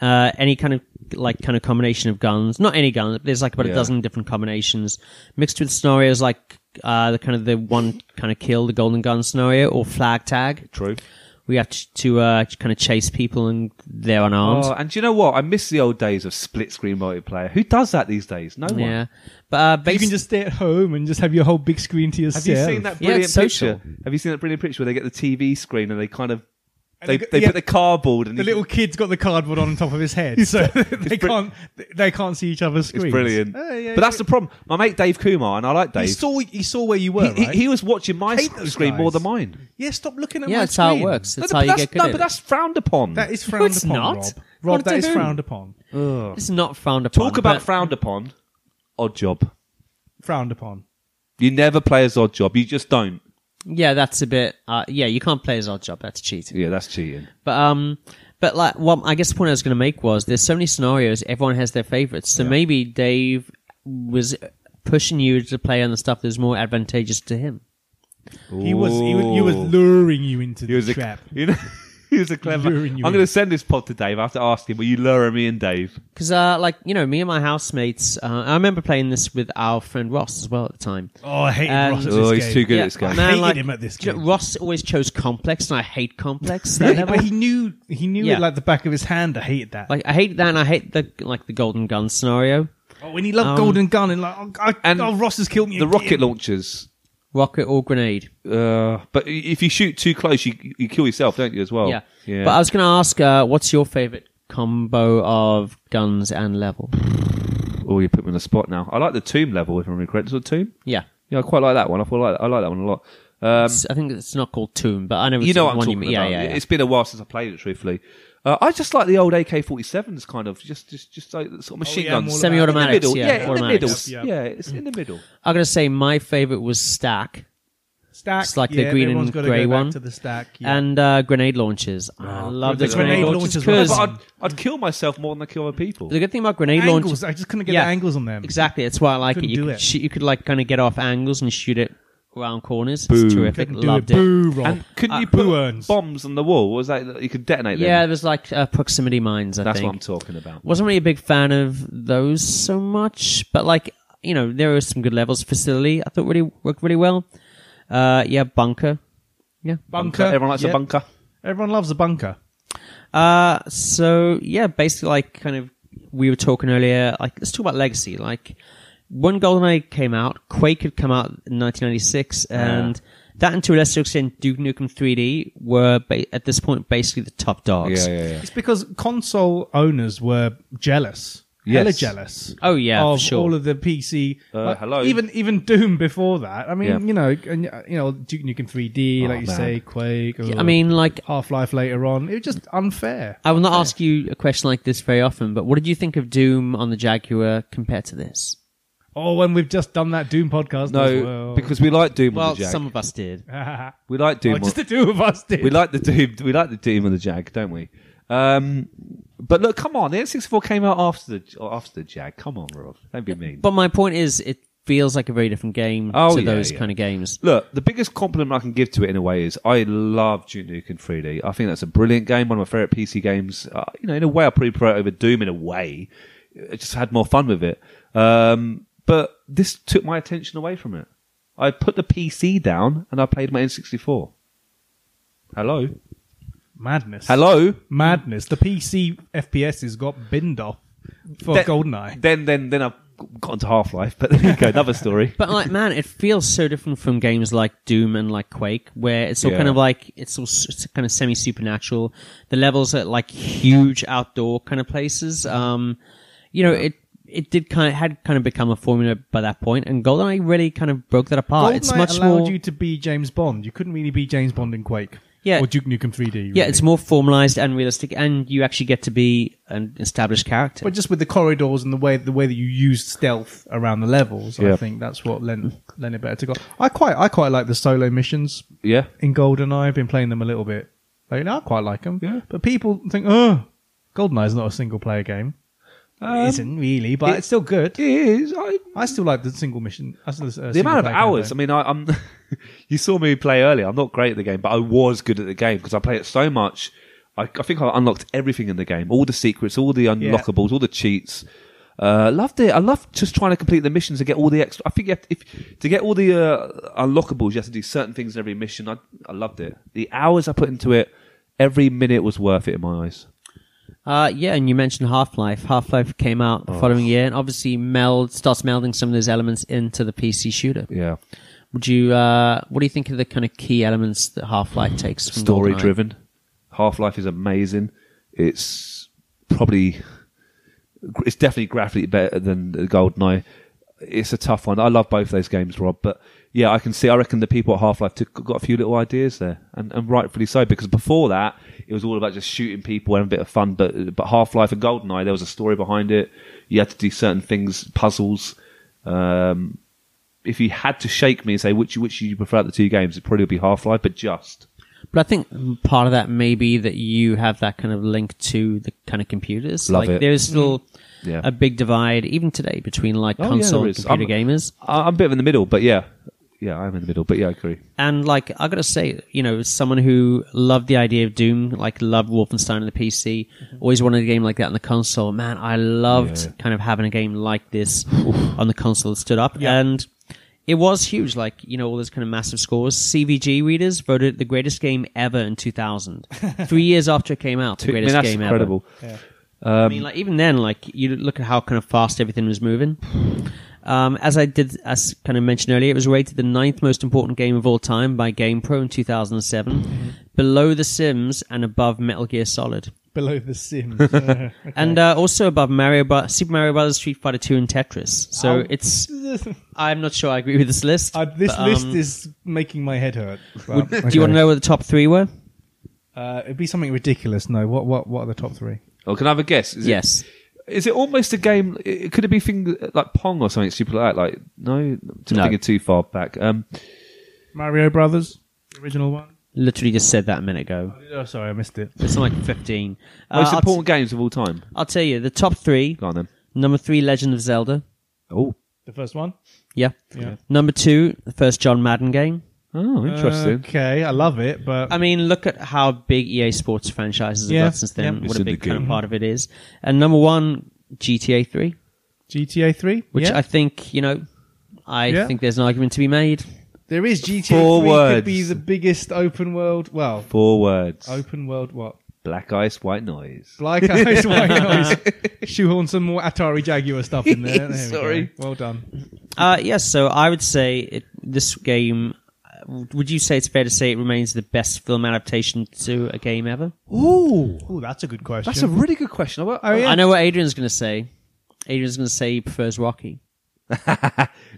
[SPEAKER 1] uh, any kind of like kind of combination of guns. Not any gun. But there's like about
[SPEAKER 2] Yeah.
[SPEAKER 1] a dozen different combinations mixed with scenarios like uh, the kind of the one kind of kill, the golden gun scenario, or flag tag.
[SPEAKER 2] True.
[SPEAKER 1] We have to, to uh, kind of chase people and they're unarmed.
[SPEAKER 2] Oh, and do you know what? I miss the old days of split screen multiplayer. Who does that these days? No one.
[SPEAKER 1] yeah, but uh,
[SPEAKER 3] you can
[SPEAKER 1] basically,
[SPEAKER 3] just stay at home and just have your whole big screen to yourself.
[SPEAKER 2] Have you seen that
[SPEAKER 1] Yeah,
[SPEAKER 2] brilliant
[SPEAKER 1] it's social.
[SPEAKER 2] picture? Have you seen that brilliant picture where they get the TV screen and they kind of
[SPEAKER 3] And
[SPEAKER 2] they,
[SPEAKER 3] they go-
[SPEAKER 2] they
[SPEAKER 3] yeah.
[SPEAKER 2] put the cardboard and
[SPEAKER 3] The
[SPEAKER 2] you-
[SPEAKER 3] little kid's got the cardboard on top of his head, so they
[SPEAKER 2] br-
[SPEAKER 3] can't they can't see each other's
[SPEAKER 2] It's
[SPEAKER 3] screens.
[SPEAKER 2] brilliant.
[SPEAKER 3] Oh, yeah,
[SPEAKER 2] but that's
[SPEAKER 3] yeah.
[SPEAKER 2] the problem. My mate Dave Kumar and I like Dave.
[SPEAKER 3] he saw he saw where you
[SPEAKER 2] he,
[SPEAKER 3] were.
[SPEAKER 2] he-
[SPEAKER 3] right?
[SPEAKER 2] he was watching my
[SPEAKER 3] Hate
[SPEAKER 2] sc-
[SPEAKER 3] those
[SPEAKER 2] screen
[SPEAKER 3] guys.
[SPEAKER 2] more than mine.
[SPEAKER 3] yeah, stop looking at
[SPEAKER 1] yeah,
[SPEAKER 3] my
[SPEAKER 1] that's how it
[SPEAKER 3] screen.
[SPEAKER 1] works. That's
[SPEAKER 2] No,
[SPEAKER 1] how
[SPEAKER 2] but
[SPEAKER 1] you
[SPEAKER 2] that's-
[SPEAKER 1] get good
[SPEAKER 2] no,
[SPEAKER 1] at
[SPEAKER 2] but
[SPEAKER 1] it.
[SPEAKER 2] that's frowned upon.
[SPEAKER 3] That is frowned
[SPEAKER 1] it's
[SPEAKER 3] upon,
[SPEAKER 1] not.
[SPEAKER 3] Rob.
[SPEAKER 1] What
[SPEAKER 3] Rob,
[SPEAKER 1] did
[SPEAKER 3] that
[SPEAKER 1] they
[SPEAKER 3] is
[SPEAKER 1] do?
[SPEAKER 3] frowned upon.
[SPEAKER 1] It's not frowned upon.
[SPEAKER 2] Talk about
[SPEAKER 1] but-
[SPEAKER 2] frowned upon. Odd job.
[SPEAKER 3] Frowned upon.
[SPEAKER 2] You never play as odd job. You just don't.
[SPEAKER 1] Yeah, that's a bit. Uh, yeah, you can't play as odd job. That's cheating.
[SPEAKER 2] Yeah, that's cheating.
[SPEAKER 1] But um, but like, well, I guess the point I was going to make was there's so many scenarios. Everyone has their favorites. So maybe Dave was pushing you to play on the stuff that's more advantageous to him.
[SPEAKER 3] He was he was, he was
[SPEAKER 2] Ooh.
[SPEAKER 3] luring you into
[SPEAKER 2] He was
[SPEAKER 3] the
[SPEAKER 2] a
[SPEAKER 3] trap.
[SPEAKER 2] You know, he was a clever.
[SPEAKER 3] Luring
[SPEAKER 2] I'm
[SPEAKER 3] you
[SPEAKER 2] going
[SPEAKER 3] in.
[SPEAKER 2] to send this pod to Dave. I have to ask him. Will you lure me in, Dave?
[SPEAKER 1] Because uh, like you know, me and my housemates. Uh, I remember playing this with our friend Ross as well at the time.
[SPEAKER 3] Oh, I hated
[SPEAKER 1] Um,
[SPEAKER 3] Ross. at
[SPEAKER 2] Oh,
[SPEAKER 3] this
[SPEAKER 2] he's
[SPEAKER 3] game.
[SPEAKER 2] too good at this game.
[SPEAKER 3] hated him at this
[SPEAKER 1] do you know,
[SPEAKER 3] game.
[SPEAKER 1] Ross always chose complex, and I hate complex.
[SPEAKER 3] No,
[SPEAKER 1] That
[SPEAKER 3] no,
[SPEAKER 1] level.
[SPEAKER 3] but he knew he knew
[SPEAKER 1] Yeah.
[SPEAKER 3] it like the back of his hand. I hated that.
[SPEAKER 1] like I hate that, and I hate the like the golden gun scenario,
[SPEAKER 3] oh, when he loved
[SPEAKER 1] um,
[SPEAKER 3] Golden Gun and like oh, I,
[SPEAKER 2] and
[SPEAKER 3] oh, Ross has killed me.
[SPEAKER 2] The
[SPEAKER 3] again.
[SPEAKER 2] rocket launchers.
[SPEAKER 1] rocket or grenade.
[SPEAKER 2] Uh, but i- if you shoot too close, you you kill yourself, don't you? As well.
[SPEAKER 1] yeah. But I was going to ask, uh, what's your favorite combo of guns and level?
[SPEAKER 2] oh, you put me on the spot now. I like the tomb level. If I'm correct, is it tomb?
[SPEAKER 1] Yeah.
[SPEAKER 2] Yeah, I quite like that one. I feel like I like that one a lot. Um,
[SPEAKER 1] It's- I think it's not called Tomb, but I know it's
[SPEAKER 2] you know
[SPEAKER 1] the
[SPEAKER 2] what I'm
[SPEAKER 1] one
[SPEAKER 2] talking
[SPEAKER 1] you
[SPEAKER 2] about.
[SPEAKER 1] mean. Yeah, yeah, yeah.
[SPEAKER 2] It's been a while since I played it. Truthfully, uh, I just like the old AK-47s, kind of just just just like sort of machine
[SPEAKER 3] Oh, yeah, I'm all
[SPEAKER 2] guns.
[SPEAKER 3] about-
[SPEAKER 1] Semi-automatics,
[SPEAKER 2] in the middle,
[SPEAKER 1] yeah,
[SPEAKER 2] yeah, in the middle,
[SPEAKER 1] automatics.
[SPEAKER 3] Yep, yep.
[SPEAKER 2] yeah, it's in the middle.
[SPEAKER 1] I'm going to say my favorite was Stack
[SPEAKER 3] stack.
[SPEAKER 1] It's like the
[SPEAKER 3] yeah,
[SPEAKER 1] green and
[SPEAKER 3] everyone's gotta
[SPEAKER 1] grey
[SPEAKER 3] go back
[SPEAKER 1] one.
[SPEAKER 3] to the stack. Yeah.
[SPEAKER 1] and uh, grenade launchers. I love the,
[SPEAKER 3] the
[SPEAKER 1] grenade,
[SPEAKER 3] grenade
[SPEAKER 1] launchers.
[SPEAKER 3] launchers were
[SPEAKER 1] because
[SPEAKER 2] But I'd, I'd kill myself more than I kill other people.
[SPEAKER 1] the good thing about grenade
[SPEAKER 3] angles.
[SPEAKER 1] launchers.
[SPEAKER 3] I just couldn't get
[SPEAKER 1] Yeah.
[SPEAKER 3] the angles on them.
[SPEAKER 1] Exactly, that's why I like it.
[SPEAKER 3] Couldn't
[SPEAKER 1] You
[SPEAKER 3] do
[SPEAKER 1] could,
[SPEAKER 3] it.
[SPEAKER 1] Shoot, you could like kind of get off angles and shoot it round corners.
[SPEAKER 2] Boo.
[SPEAKER 1] It's terrific.
[SPEAKER 3] Couldn't do
[SPEAKER 1] Loved
[SPEAKER 3] it.
[SPEAKER 1] it.
[SPEAKER 3] Boo, Rob.
[SPEAKER 2] And couldn't
[SPEAKER 1] Uh,
[SPEAKER 2] you put
[SPEAKER 3] who earns?
[SPEAKER 2] bombs on the wall? Was that that you could detonate them?
[SPEAKER 1] Yeah, it was like uh, proximity mines. I
[SPEAKER 2] that's
[SPEAKER 1] think.
[SPEAKER 2] what I'm talking about.
[SPEAKER 1] Wasn't really a big fan of those so much, but like you know, there were some good levels. Facility, I thought really worked really well. Uh, yeah, bunker. Yeah.
[SPEAKER 3] bunker.
[SPEAKER 2] Everyone likes
[SPEAKER 3] Yeah.
[SPEAKER 2] a bunker.
[SPEAKER 3] Everyone loves a bunker.
[SPEAKER 1] Uh, so yeah, basically, like kind of we were talking earlier. Like, let's talk about legacy. Like, when GoldenEye came out, Quake had come out in 1996, and that and to a lesser extent, Duke Nukem 3D were ba- at this point basically the top dogs.
[SPEAKER 2] yeah.
[SPEAKER 3] It's because console owners were jealous.
[SPEAKER 2] Yes.
[SPEAKER 3] Hella jealous.
[SPEAKER 1] Oh, yeah, for
[SPEAKER 3] of
[SPEAKER 1] sure.
[SPEAKER 3] all of the PC.
[SPEAKER 2] Uh,
[SPEAKER 3] like,
[SPEAKER 2] hello.
[SPEAKER 3] Even even Doom before that. I mean,
[SPEAKER 2] Yeah.
[SPEAKER 3] you know, and, uh, you know, Duke Nukem 3D,
[SPEAKER 2] Oh,
[SPEAKER 3] like you
[SPEAKER 2] man.
[SPEAKER 3] say, Quake. Or
[SPEAKER 1] I mean, like,
[SPEAKER 3] Half Life later on. It was just unfair.
[SPEAKER 1] I will not ask you a question like this very often, but what did you think of Doom on the Jaguar compared to this?
[SPEAKER 3] Oh, when we've just done that Doom podcast. as
[SPEAKER 2] No,
[SPEAKER 3] well.
[SPEAKER 2] because we like Doom
[SPEAKER 1] Well,
[SPEAKER 2] on the Uh, Jag.
[SPEAKER 1] some of us did.
[SPEAKER 2] we like Doom.
[SPEAKER 3] Oh,
[SPEAKER 2] on-
[SPEAKER 3] just the two of us did.
[SPEAKER 2] we like the Doom. We like the Doom on the Jag, don't we? Um, but look, come on, the N64 came out after the after the Jag. Come on, Rob, don't be mean.
[SPEAKER 1] But my point is, it feels like a very different game
[SPEAKER 2] Oh,
[SPEAKER 1] to
[SPEAKER 2] yeah,
[SPEAKER 1] those
[SPEAKER 2] yeah.
[SPEAKER 1] kind of games.
[SPEAKER 2] Look, the biggest compliment I can give to it in a way is I love Duke Nukem 3D. I think that's a brilliant game, one of my favorite PC games. Uh, you know, in a way, I probably prefer it over Doom. In a way, I just had more fun with it. Um, but this took my attention away from it. I put the PC down and I played my N64. Hello,
[SPEAKER 3] Madness.
[SPEAKER 2] hello.
[SPEAKER 3] Madness. The PC FPS has got binned off for
[SPEAKER 2] That-
[SPEAKER 3] GoldenEye.
[SPEAKER 2] Then, then, then I've gotten to Half Life. But there you go, another story.
[SPEAKER 1] But like, man, it feels so different from games like Doom and like Quake, where it's all
[SPEAKER 2] Yeah.
[SPEAKER 1] kind of like it's all s- it's kind of semi supernatural. The levels at like huge outdoor kind of places. Um, you know, it it did kind of had kind of become a formula by that point, and Goldeneye really kind of broke that apart. Ah,
[SPEAKER 3] GoldenEye
[SPEAKER 1] it's much
[SPEAKER 3] allowed
[SPEAKER 1] more
[SPEAKER 3] you to be James Bond. You couldn't really be James Bond in Quake.
[SPEAKER 1] Yeah.
[SPEAKER 3] Or Duke Nukem 3D.
[SPEAKER 1] yeah,
[SPEAKER 3] really.
[SPEAKER 1] it's more formalized and realistic, and you actually get to be an established character.
[SPEAKER 3] But just with the corridors and the way the way that you used stealth around the levels, I
[SPEAKER 2] Yeah.
[SPEAKER 3] think that's what lent lent it better to go. I quite I quite like the solo missions
[SPEAKER 2] Yeah,
[SPEAKER 3] in GoldenEye. I've been playing them a little bit. Like, I quite like them.
[SPEAKER 2] Yeah.
[SPEAKER 3] But people think, oh, GoldenEye is not a single player game.
[SPEAKER 2] Um,
[SPEAKER 3] it isn't really, but
[SPEAKER 2] it-
[SPEAKER 3] it's still
[SPEAKER 2] it
[SPEAKER 3] good.
[SPEAKER 2] is. I,
[SPEAKER 3] I still like the single mission. I still, uh,
[SPEAKER 2] the amount
[SPEAKER 3] single
[SPEAKER 2] of
[SPEAKER 3] player campaign.
[SPEAKER 2] hours. I mean, I, I'm. you saw me play earlier. I'm not great at the game, but I was good at the game because I play it so much. I, I think I unlocked everything in the game, all the secrets, all the unlockables, all the cheats. Uh, loved it. I loved just trying to complete the missions and get all the extra. I think you have to, if to get all the uh, unlockables, you have to do certain things in every mission. I I loved it. The hours I put into it, every minute was worth it in my eyes.
[SPEAKER 1] Uh, yeah, and you mentioned Half Life. Half Life came out the
[SPEAKER 2] Oh.
[SPEAKER 1] following year, and obviously meld starts melding some of those elements into the PC shooter.
[SPEAKER 2] Yeah,
[SPEAKER 1] Would you? Uh, what do you think of the kind of key elements that Half Life takes? From
[SPEAKER 2] story
[SPEAKER 1] GoldenEye?
[SPEAKER 2] driven. Half Life is amazing. It's probably it's definitely graphically better than the Goldeneye. It's a tough one. I love both those games, Rob, but yeah, I can see. I reckon the people at Half Life took, got a few little ideas there, and, and rightfully so, because before that it was all about just shooting people and a bit of fun. But but Half Life and Goldeneye, there was a story behind it. You had to do certain things, puzzles. Um, if you had to shake me and say which which you prefer out of the two games, it probably would be Half Life, but just
[SPEAKER 1] But I think mm, part of that may be that you have that kind of link to the kind of computers.
[SPEAKER 2] Love
[SPEAKER 1] like
[SPEAKER 2] it.
[SPEAKER 1] there's still
[SPEAKER 2] Yeah.
[SPEAKER 1] a big divide even today between like
[SPEAKER 2] Oh, yeah,
[SPEAKER 1] console
[SPEAKER 2] there
[SPEAKER 1] and
[SPEAKER 2] is.
[SPEAKER 1] computer
[SPEAKER 2] I'm-
[SPEAKER 1] gamers.
[SPEAKER 2] I- I'm a bit in the middle, but yeah, yeah, I'm in the middle, but yeah, I agree.
[SPEAKER 1] And like I gotta say, you know, as someone who loved the idea of Doom, like loved Wolfenstein on the PC, always wanted a game like that on the console. Man, I loved
[SPEAKER 2] Mm-hmm. Yeah.
[SPEAKER 1] kind of having a game like this on the console that stood up, and it was huge. Like you know, all those kind of massive scores. CVG readers voted it the greatest game ever in 2000, three years after it came out. The
[SPEAKER 2] I mean,
[SPEAKER 1] greatest
[SPEAKER 2] that's
[SPEAKER 1] game
[SPEAKER 2] incredible.
[SPEAKER 1] ever. I mean, like even then, like you look at how kind of fast everything was moving. Um, as I did, as kind of mentioned earlier, it was rated the ninth most important game of all time by GamePro in 2007,
[SPEAKER 3] Mm-hmm.
[SPEAKER 1] below The Sims and above Metal Gear Solid,
[SPEAKER 3] below the Sims. Uh,
[SPEAKER 1] and uh, also above Mario, Bro- Super Mario Brothers, Street Fighter 2, and Tetris. So
[SPEAKER 3] Ow.
[SPEAKER 1] it's, I'm not sure I agree with this list.
[SPEAKER 3] Um, Uh, this
[SPEAKER 1] but, um,
[SPEAKER 3] list is making my head hurt.
[SPEAKER 1] would- Do you want to know what the top three were?
[SPEAKER 3] Uh, it'd be something ridiculous. No, what what what are the top three?
[SPEAKER 2] Oh, can I have a guess? Is
[SPEAKER 1] yes.
[SPEAKER 2] It, is it almost a game? It, could it be thing like Pong or something stupid like that? Like no, to
[SPEAKER 1] No.
[SPEAKER 2] thinking too far back. Um,
[SPEAKER 3] Mario Brothers, the original one.
[SPEAKER 1] Literally just said that a minute ago.
[SPEAKER 3] Oh, sorry, I missed it.
[SPEAKER 1] It's like 15. Uh,
[SPEAKER 2] most
[SPEAKER 1] I'll,
[SPEAKER 2] important games of all time.
[SPEAKER 1] I'll tell you the top three.
[SPEAKER 2] Go on then.
[SPEAKER 1] Number three, Legend of Zelda.
[SPEAKER 2] Oh,
[SPEAKER 3] The first one.
[SPEAKER 1] Yeah.
[SPEAKER 3] Yeah.
[SPEAKER 1] Number two, the first John Madden game.
[SPEAKER 2] Oh, interesting.
[SPEAKER 1] Uh,
[SPEAKER 3] Okay, I love it, but
[SPEAKER 1] I mean, look at how big EA Sports franchises have
[SPEAKER 3] Yeah,
[SPEAKER 1] got since then.
[SPEAKER 3] yeah.
[SPEAKER 1] What
[SPEAKER 2] It's
[SPEAKER 1] a
[SPEAKER 2] in
[SPEAKER 1] big
[SPEAKER 2] the
[SPEAKER 1] kind of
[SPEAKER 2] game.
[SPEAKER 1] part of it is. And number one, GTA Three,
[SPEAKER 3] GTA Three.
[SPEAKER 1] which
[SPEAKER 3] yeah.
[SPEAKER 1] I think you know, I
[SPEAKER 3] Yeah.
[SPEAKER 1] think there's an argument to be made.
[SPEAKER 3] there is GTA
[SPEAKER 2] Four
[SPEAKER 3] Three could
[SPEAKER 2] words.
[SPEAKER 3] be the biggest open world. Well,
[SPEAKER 2] Four words:
[SPEAKER 1] Oh.
[SPEAKER 3] open world what?
[SPEAKER 2] black ice, white noise.
[SPEAKER 3] Black eyes, white noise. Shoehorn some more Atari Jaguar stuff in there. There we go.
[SPEAKER 2] Sorry.
[SPEAKER 3] Well done.
[SPEAKER 1] Uh, yes, so I would say it, this game. uh, Would you say it's fair to say it remains the best film adaptation to a game ever?
[SPEAKER 2] Ooh,
[SPEAKER 3] Oh, that's a good question.
[SPEAKER 2] that's a really good question. I, I,
[SPEAKER 3] Oh, yeah.
[SPEAKER 1] I know what Adrian's going to say. Adrian's going to say he prefers Rocky.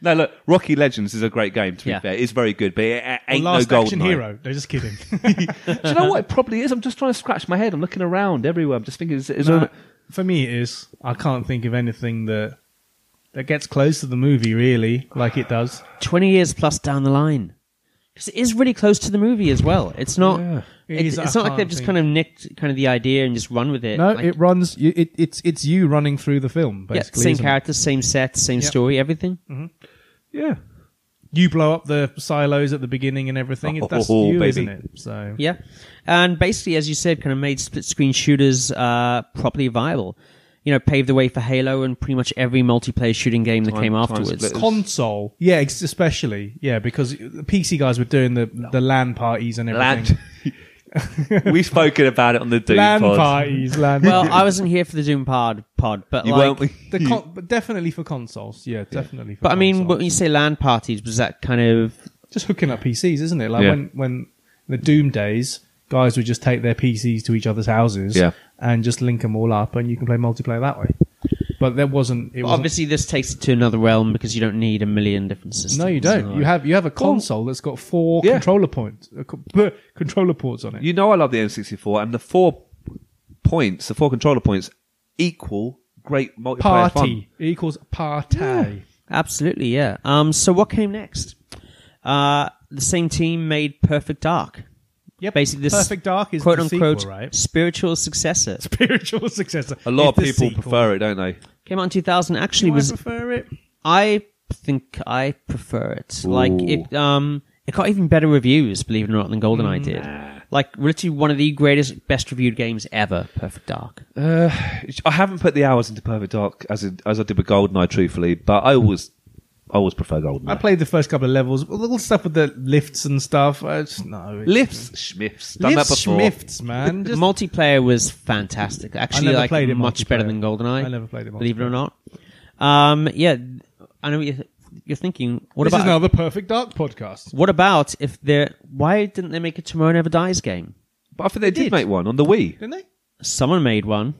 [SPEAKER 2] No, look, Rocky Legends is a great game. To be
[SPEAKER 1] Yeah.
[SPEAKER 2] fair, it's very good, but it a-
[SPEAKER 3] Or
[SPEAKER 2] ain't
[SPEAKER 3] Last
[SPEAKER 2] no
[SPEAKER 3] Action
[SPEAKER 2] Goldeneye.
[SPEAKER 3] Hero. No, just kidding.
[SPEAKER 2] Do you know what it probably is? I'm just trying to scratch my head. I'm looking around everywhere. I'm just thinking, is, is
[SPEAKER 3] No,
[SPEAKER 1] Uh,
[SPEAKER 2] there-
[SPEAKER 3] for me, it is. I can't think of anything that that gets close to the movie, really, like it does.
[SPEAKER 1] Twenty years plus down the line, because it is really close to the movie as well. It's not.
[SPEAKER 2] Yeah.
[SPEAKER 1] It,
[SPEAKER 3] It is,
[SPEAKER 1] it's
[SPEAKER 3] I
[SPEAKER 1] not like
[SPEAKER 3] can't
[SPEAKER 1] they've just
[SPEAKER 3] think.
[SPEAKER 1] kind of nicked kind of the idea and just run with it.
[SPEAKER 3] No,
[SPEAKER 1] Like,
[SPEAKER 3] it runs. you- It, it's it's you running through the film,
[SPEAKER 1] yeah,
[SPEAKER 3] basically.
[SPEAKER 1] same
[SPEAKER 3] isn't it?
[SPEAKER 1] characters, same set, same
[SPEAKER 3] Yep. Mm.
[SPEAKER 1] story, everything.
[SPEAKER 2] yeah.
[SPEAKER 3] You blow up the silos at the beginning and everything. It, that's
[SPEAKER 2] Oh,
[SPEAKER 3] you,
[SPEAKER 2] baby.
[SPEAKER 3] isn't it? So
[SPEAKER 1] Yeah, and basically, as you said, kind of made split screen shooters uh, properly viable. You know, paved the way for Halo and pretty much every multiplayer shooting game that
[SPEAKER 2] Time-
[SPEAKER 1] came
[SPEAKER 2] time
[SPEAKER 1] afterwards.
[SPEAKER 2] splitters.
[SPEAKER 3] console, yeah, ex- especially, yeah, because the PC guys were doing the the LAN parties and everything.
[SPEAKER 2] Land. We've spoken about it on the Doom
[SPEAKER 3] LAN
[SPEAKER 2] pod.
[SPEAKER 3] parties, LAN.
[SPEAKER 1] well, I wasn't here for the Doom Pod pod, but
[SPEAKER 2] You
[SPEAKER 1] like,
[SPEAKER 2] won't.
[SPEAKER 3] the con- but definitely for consoles, yeah, definitely. For
[SPEAKER 1] but I mean,
[SPEAKER 3] consoles.
[SPEAKER 1] when you say LAN parties, was that kind of
[SPEAKER 3] just hooking up PCs, isn't it? Like
[SPEAKER 2] Yeah.
[SPEAKER 3] when when the Doom days, guys would just take their PCs to each other's houses
[SPEAKER 2] Yeah.
[SPEAKER 3] and just link them all up, and you can play multiplayer that way. But there wasn't. It wasn't
[SPEAKER 1] obviously this takes it to another realm because you don't need a million different systems.
[SPEAKER 3] no, you don't. You have you have a console that's got four
[SPEAKER 2] Yeah.
[SPEAKER 3] controller points, uh, co- bleh, controller ports on it.
[SPEAKER 2] You know I love the N64, and the four points, the four controller points, equal great multiplayer fun.
[SPEAKER 3] party it equals party.
[SPEAKER 1] Absolutely, yeah. Um, so what came next? Uh, the same team made Perfect Dark.
[SPEAKER 3] Yep,
[SPEAKER 1] Basically, this
[SPEAKER 3] Perfect Dark is
[SPEAKER 1] quote
[SPEAKER 3] the
[SPEAKER 1] unquote
[SPEAKER 3] sequel, right?
[SPEAKER 1] spiritual successor
[SPEAKER 3] Spiritual successor.
[SPEAKER 2] A lot
[SPEAKER 3] It's
[SPEAKER 2] of
[SPEAKER 3] the
[SPEAKER 2] people
[SPEAKER 3] sequel.
[SPEAKER 2] prefer it, don't they?
[SPEAKER 1] came out in 2000. Actually,
[SPEAKER 3] Do I
[SPEAKER 1] was
[SPEAKER 3] prefer it?
[SPEAKER 1] I think I prefer it. Like
[SPEAKER 2] Ooh.
[SPEAKER 1] it, um, it got even better reviews, believe it or not, than
[SPEAKER 3] Mm,
[SPEAKER 1] GoldenEye did. Like literally one of the greatest, best reviewed games ever. Perfect Dark.
[SPEAKER 2] I haven't put the hours into Perfect Dark as in- as I did with Goldeneye, truthfully, but I always I always prefer
[SPEAKER 3] I
[SPEAKER 2] Goldeneye.
[SPEAKER 3] played the first couple of levels. All the stuff with the lifts and stuff. I just, no, it-
[SPEAKER 2] Lifts, Schmiffs, done
[SPEAKER 3] Liv
[SPEAKER 2] that before.
[SPEAKER 3] Schmifts, man.
[SPEAKER 1] The
[SPEAKER 3] Just-
[SPEAKER 1] multiplayer was fantastic. Actually,
[SPEAKER 3] never
[SPEAKER 1] like
[SPEAKER 3] played it
[SPEAKER 1] much better
[SPEAKER 3] multiplayer.
[SPEAKER 1] than GoldenEye.
[SPEAKER 3] I never played it
[SPEAKER 1] Believe it or not. Um, yeah, I know what you're, you're thinking. What
[SPEAKER 3] this
[SPEAKER 1] about
[SPEAKER 3] is now the Perfect Dark podcast.
[SPEAKER 1] what about if they're? Why didn't they make a Tomorrow Never Dies game?
[SPEAKER 2] But I think they did,
[SPEAKER 3] did.
[SPEAKER 2] make one on the Wii.
[SPEAKER 3] Didn't they?
[SPEAKER 1] Someone made one.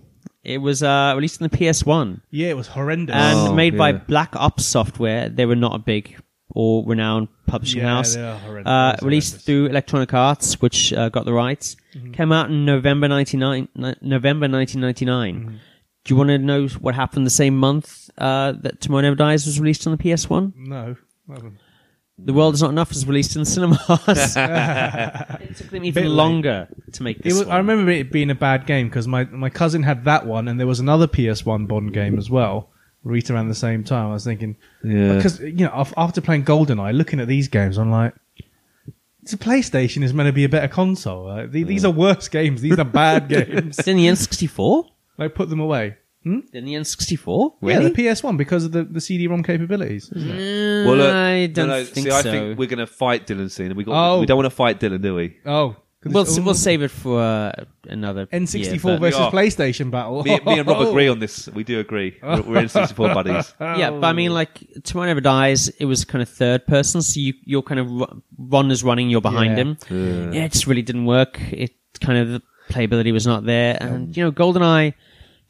[SPEAKER 1] It was uh, released on the PS1
[SPEAKER 3] Yeah, it was horrendous.
[SPEAKER 1] and
[SPEAKER 2] Oh,
[SPEAKER 1] made by
[SPEAKER 2] yeah.
[SPEAKER 1] Black Ops Software. They were not a big or renowned publishing
[SPEAKER 3] Yeah,
[SPEAKER 1] house.
[SPEAKER 3] they are horrendous.
[SPEAKER 1] Uh,
[SPEAKER 3] They're
[SPEAKER 1] released
[SPEAKER 3] horrendous.
[SPEAKER 1] through Electronic Arts, which uh, got the rights.
[SPEAKER 3] Mm-hmm.
[SPEAKER 1] Came out in November 99, ni- November 1999.
[SPEAKER 3] Mm-hmm.
[SPEAKER 1] Do you want to know what happened the same month uh, that Tomorrow Never Dies was released on the PS1?
[SPEAKER 3] no. that one.
[SPEAKER 1] The World Is Not Enough was released in cinemas. it took them even
[SPEAKER 3] Bit late.
[SPEAKER 1] longer to make
[SPEAKER 3] It
[SPEAKER 1] this
[SPEAKER 3] was,
[SPEAKER 1] one.
[SPEAKER 3] I remember it being a bad game because my, my cousin had that one, and there was another PS1 Bond game as well, right around the same time. I was thinking,
[SPEAKER 2] Yeah.
[SPEAKER 3] because you know, af- after playing GoldenEye, looking at these games, I'm like, the PlayStation is meant to be a better console. Like, the- These are worse games. These are bad games.
[SPEAKER 1] It's in the N64?
[SPEAKER 3] Like, put them away.
[SPEAKER 1] In the N64?
[SPEAKER 3] Yeah,
[SPEAKER 1] Really?
[SPEAKER 3] the PS1 because of the, the CD-ROM capabilities. Isn't it?
[SPEAKER 2] Well, look,
[SPEAKER 1] I don't
[SPEAKER 2] no, no,
[SPEAKER 1] think
[SPEAKER 2] see,
[SPEAKER 1] so.
[SPEAKER 2] I think we're going to fight Dylan soon, and we got
[SPEAKER 3] Oh.
[SPEAKER 2] we don't want to fight Dylan, do we?
[SPEAKER 3] Oh, 'cause
[SPEAKER 1] We'll,
[SPEAKER 3] it's-
[SPEAKER 1] we'll save it for uh, another year,
[SPEAKER 3] N64
[SPEAKER 1] but-
[SPEAKER 3] versus
[SPEAKER 2] Yeah.
[SPEAKER 3] PlayStation battle.
[SPEAKER 2] Me, me and Rob agree on this. We do agree. We're, we're N64 buddies.
[SPEAKER 1] Yeah, but I
[SPEAKER 3] oh.
[SPEAKER 1] mean, like, Tomorrow Never Dies, it was kind of third person, so you, you're kind of, ru- Ron is running, you're behind
[SPEAKER 3] Yeah.
[SPEAKER 1] him. Yeah, it just really didn't work. It kind of, the playability was not there. And, you know, GoldenEye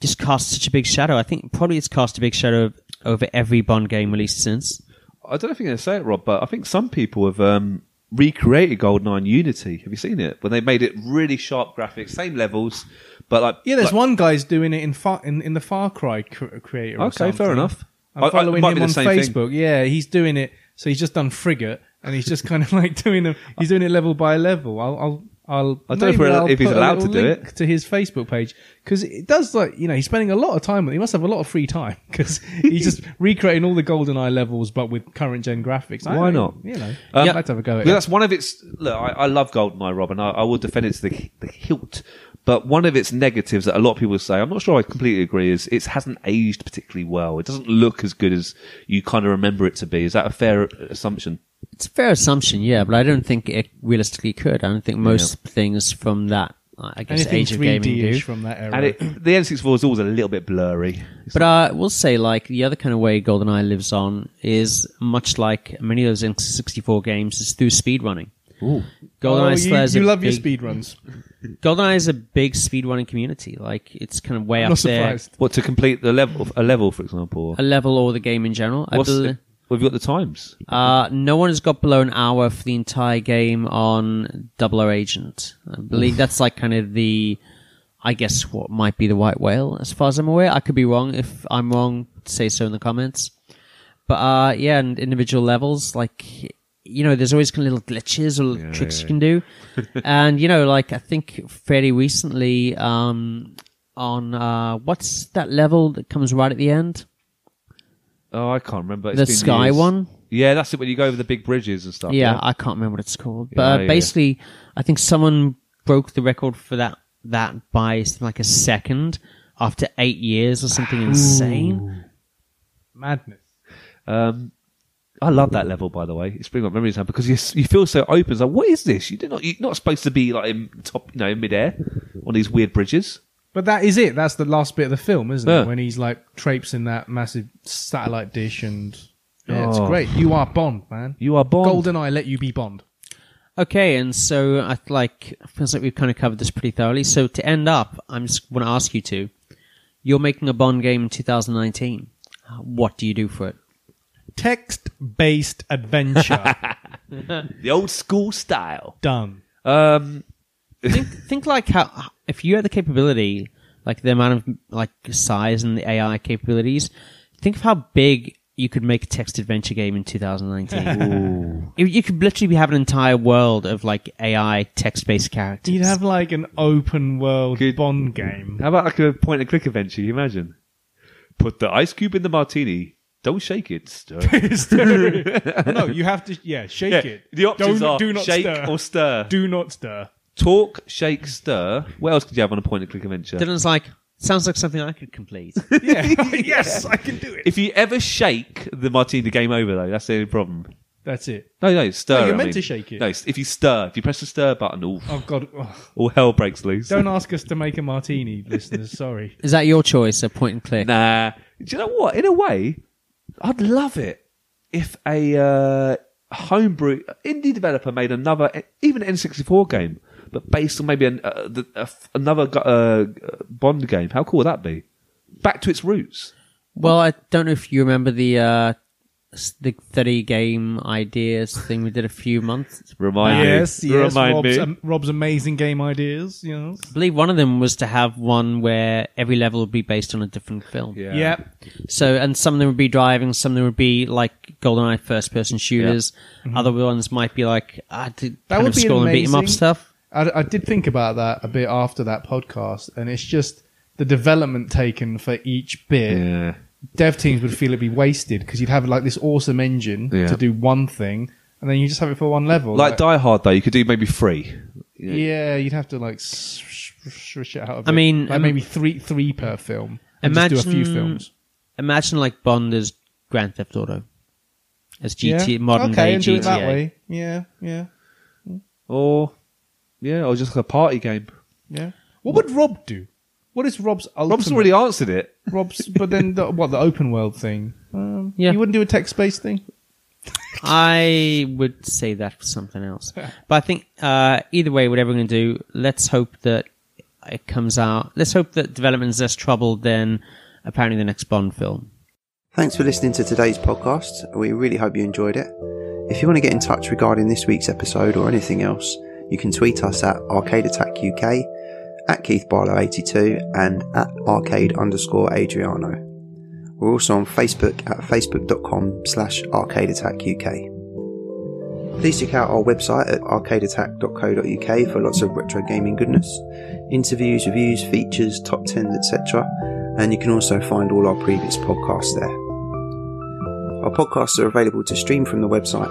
[SPEAKER 1] just cast such a big shadow. I think probably it's cast a big shadow over every Bond game released since.
[SPEAKER 2] I don't know if you're going to say it, Rob, but I think some people have um, recreated GoldenEye in Unity. Have you seen it? When they made it really sharp graphics, same levels, but like
[SPEAKER 3] Yeah, there's
[SPEAKER 2] like-
[SPEAKER 3] one guy's doing it in far, in, in the Far Cry cr- creator. or
[SPEAKER 2] Okay, fair
[SPEAKER 3] something.
[SPEAKER 2] enough. I- I-
[SPEAKER 3] I'm
[SPEAKER 2] it
[SPEAKER 3] following
[SPEAKER 2] might be
[SPEAKER 3] him
[SPEAKER 2] the
[SPEAKER 3] on
[SPEAKER 2] same thing.
[SPEAKER 3] Facebook. Yeah, he's doing it. So he's just done Frigate, and he's just kind of like doing them. He's doing it level by level. I'll I'll, I'll.
[SPEAKER 2] I don't know if
[SPEAKER 3] maybe
[SPEAKER 2] we're-
[SPEAKER 3] I'll
[SPEAKER 2] if he's
[SPEAKER 3] put a
[SPEAKER 2] allowed to
[SPEAKER 3] little
[SPEAKER 2] do
[SPEAKER 3] link to his Facebook page because it does like you know he's spending a lot of time with. He must have a lot of free time because he's just recreating all the golden eye levels but with current gen graphics. I
[SPEAKER 2] Why not?
[SPEAKER 3] don't- You know,
[SPEAKER 2] Um,
[SPEAKER 3] I'd like to have a go at
[SPEAKER 2] Yeah,
[SPEAKER 3] it.
[SPEAKER 2] that's one of its. Look, I, I love Goldeneye, Rob, and I, I will defend it to the, the hilt. But one of its negatives that a lot of people say, I'm not sure I completely agree, is it hasn't aged particularly well. It doesn't look as good as you kind of remember it to be. Is that a fair assumption?
[SPEAKER 1] It's a fair assumption, yeah, but I don't think it realistically could. I don't think most things from that, I guess,
[SPEAKER 3] Anything
[SPEAKER 1] age of gaming
[SPEAKER 3] 3D
[SPEAKER 1] do.
[SPEAKER 3] -ish from that era.
[SPEAKER 2] And it, the N64 is always a little bit blurry.
[SPEAKER 1] But I will say, like, the other kind of way GoldenEye lives on is much like many of those N64 games, is through speedrunning.
[SPEAKER 2] Ooh.
[SPEAKER 3] oh,
[SPEAKER 1] GoldenEye Slayer's
[SPEAKER 3] you,
[SPEAKER 1] a
[SPEAKER 3] you love your
[SPEAKER 1] big-
[SPEAKER 3] speed runs.
[SPEAKER 1] GoldenEye is a big speedrunning community. Like, it's kind of way
[SPEAKER 3] I'm
[SPEAKER 1] up
[SPEAKER 3] not surprised.
[SPEAKER 2] What to complete the level, a level, for example?
[SPEAKER 1] there. A level or the game in general. I
[SPEAKER 2] What's
[SPEAKER 1] believe-
[SPEAKER 2] the, we've got the times.
[SPEAKER 1] Uh, no one has got below an hour for the entire game on Double O Agent. I believe that's like kind of the, I guess what might be the white whale as far as I'm aware. I could be wrong. If I'm wrong, say so in the comments. But uh, yeah, and individual levels, like you know, there's always kind of little glitches or little tricks you can do, and you know, like I think fairly recently um, on uh, what's that level that comes right at the end?
[SPEAKER 2] Oh, I can't remember. It's
[SPEAKER 1] The
[SPEAKER 2] been
[SPEAKER 1] sky
[SPEAKER 2] years.
[SPEAKER 1] one?
[SPEAKER 2] Yeah, that's it. When you go over the big bridges and stuff.
[SPEAKER 1] yeah, I can't remember what it's called,
[SPEAKER 2] Yeah,
[SPEAKER 1] but
[SPEAKER 2] yeah.
[SPEAKER 1] uh, basically, I think someone broke the record for that that by something like a second after eight years or something insane.
[SPEAKER 3] Madness.
[SPEAKER 2] Um, I love that level, by the way. It's bringing up memories now because you you feel so open. It's like, what is this? You did not. You're not supposed to be like in top, you know, in midair on these weird bridges.
[SPEAKER 3] But that is it. That's the last bit of the film, isn't
[SPEAKER 2] Yeah.
[SPEAKER 3] it? When he's like traipsing that massive satellite dish, and yeah, it's
[SPEAKER 2] Oh.
[SPEAKER 3] great. You are Bond, man.
[SPEAKER 2] You are Bond.
[SPEAKER 3] Golden Eye, let you be Bond.
[SPEAKER 1] Okay, and so I th- like feels like we've kind of covered this pretty thoroughly. So to end up, I'm just want to ask you two: You're making a Bond game in 2019. What do you do for it?
[SPEAKER 3] Text based adventure.
[SPEAKER 2] The old school style.
[SPEAKER 3] Done.
[SPEAKER 2] Um,
[SPEAKER 1] think think like how if you had the capability, like the amount of like size and the AI capabilities, think of how big you could make a text adventure game in 2019. You- you could literally be have an entire world of like AI text based characters.
[SPEAKER 3] You'd have like an open world
[SPEAKER 2] Good.
[SPEAKER 3] Bond game.
[SPEAKER 2] how about like a point and click adventure? Can You imagine. Put the ice cube in the martini. Don't shake it. Stir.
[SPEAKER 3] no, you have to. Yeah, shake
[SPEAKER 2] Yeah,
[SPEAKER 3] it.
[SPEAKER 2] the options
[SPEAKER 3] Don't-
[SPEAKER 2] are
[SPEAKER 3] do not
[SPEAKER 2] shake
[SPEAKER 3] stir.
[SPEAKER 2] or stir.
[SPEAKER 3] do not stir.
[SPEAKER 2] Talk, shake, stir. What else could you have on a point and click adventure?
[SPEAKER 1] Dylan's like sounds like something I could complete.
[SPEAKER 3] Yeah. yes, I can do it.
[SPEAKER 2] If you ever shake the martini, game over though. That's the only problem.
[SPEAKER 3] That's it.
[SPEAKER 2] No, no, stir.
[SPEAKER 3] No, Oh, you're
[SPEAKER 2] I
[SPEAKER 3] meant
[SPEAKER 2] mean.
[SPEAKER 3] to shake it.
[SPEAKER 2] No, if you stir, if you press the stir button, all,
[SPEAKER 3] Oh God. Ugh.
[SPEAKER 2] all hell breaks loose.
[SPEAKER 3] Don't ask us to make a martini, listeners. Sorry.
[SPEAKER 1] Is that your choice? A point and click.
[SPEAKER 2] Nah. Do you know what? In a way, I'd love it if a uh, homebrew indie developer made another, even N64 game, but based on maybe an, uh, the, a f another go- uh, Bond game. How cool would that be? Back to its roots.
[SPEAKER 1] Well, I don't know if you remember the uh, s- the 30 game ideas thing we did a few months
[SPEAKER 2] Remind
[SPEAKER 3] yes,
[SPEAKER 2] me.
[SPEAKER 3] yes.
[SPEAKER 2] Remind
[SPEAKER 3] Rob's, um,
[SPEAKER 2] me.
[SPEAKER 3] am- Rob's amazing game ideas. You know.
[SPEAKER 1] I believe one of them was to have one where every level would be based on a different film.
[SPEAKER 2] Yeah.
[SPEAKER 3] Yep.
[SPEAKER 1] So, and some of them would be driving, some of them would be like GoldenEye first person shooters. Other ones might be like I did
[SPEAKER 3] Mm-hmm. That
[SPEAKER 1] kind
[SPEAKER 3] would
[SPEAKER 1] of
[SPEAKER 3] be
[SPEAKER 1] scroll and beat 'em up
[SPEAKER 3] amazing.
[SPEAKER 1] stuff.
[SPEAKER 3] I, I did think about that a bit after that podcast, and it's just the development taken for each bit.
[SPEAKER 2] Yeah.
[SPEAKER 3] Dev teams would feel it'd be wasted because you'd have like this awesome engine
[SPEAKER 2] Yeah.
[SPEAKER 3] to do one thing, and then you just have it for one level.
[SPEAKER 2] Like Die Hard, though, you could do maybe three. You know,
[SPEAKER 3] yeah, you'd have to like switch it out. A bit.
[SPEAKER 1] I mean,
[SPEAKER 3] like
[SPEAKER 1] um,
[SPEAKER 3] maybe three three per film. And just do a few
[SPEAKER 1] imagine-
[SPEAKER 3] films.
[SPEAKER 1] Imagine like Bond as Grand Theft Auto, as GT
[SPEAKER 3] yeah?
[SPEAKER 1] modern
[SPEAKER 3] okay,
[SPEAKER 1] day
[SPEAKER 3] and
[SPEAKER 1] GTA.
[SPEAKER 3] do it that way. Yeah, yeah,
[SPEAKER 2] Or, yeah, or just like a party game.
[SPEAKER 3] yeah. What would Rob do? What is Rob's ultimate?
[SPEAKER 2] Rob's already answered it.
[SPEAKER 3] Rob's, but then the, what the open world thing? Um,
[SPEAKER 1] Yeah.
[SPEAKER 3] you wouldn't do a text based thing.
[SPEAKER 1] I would say that for something else. But I think uh, either way, whatever we're going to do, let's hope that it comes out. Let's hope that development is less troubled than apparently the next Bond film.
[SPEAKER 5] Thanks for listening to today's podcast. We really hope you enjoyed it. If you want to get in touch regarding this week's episode or anything else, you can tweet us at Arcade Attack UK, at Keith Barlow82, and at arcade underscore Adriano. We're also on Facebook at facebook.com slash arcade attack UK. Please check out our website at arcadeattack.co.uk for lots of retro gaming goodness, interviews, reviews, features, top 10s, etc. And you can also find all our previous podcasts there. Our podcasts are available to stream from the website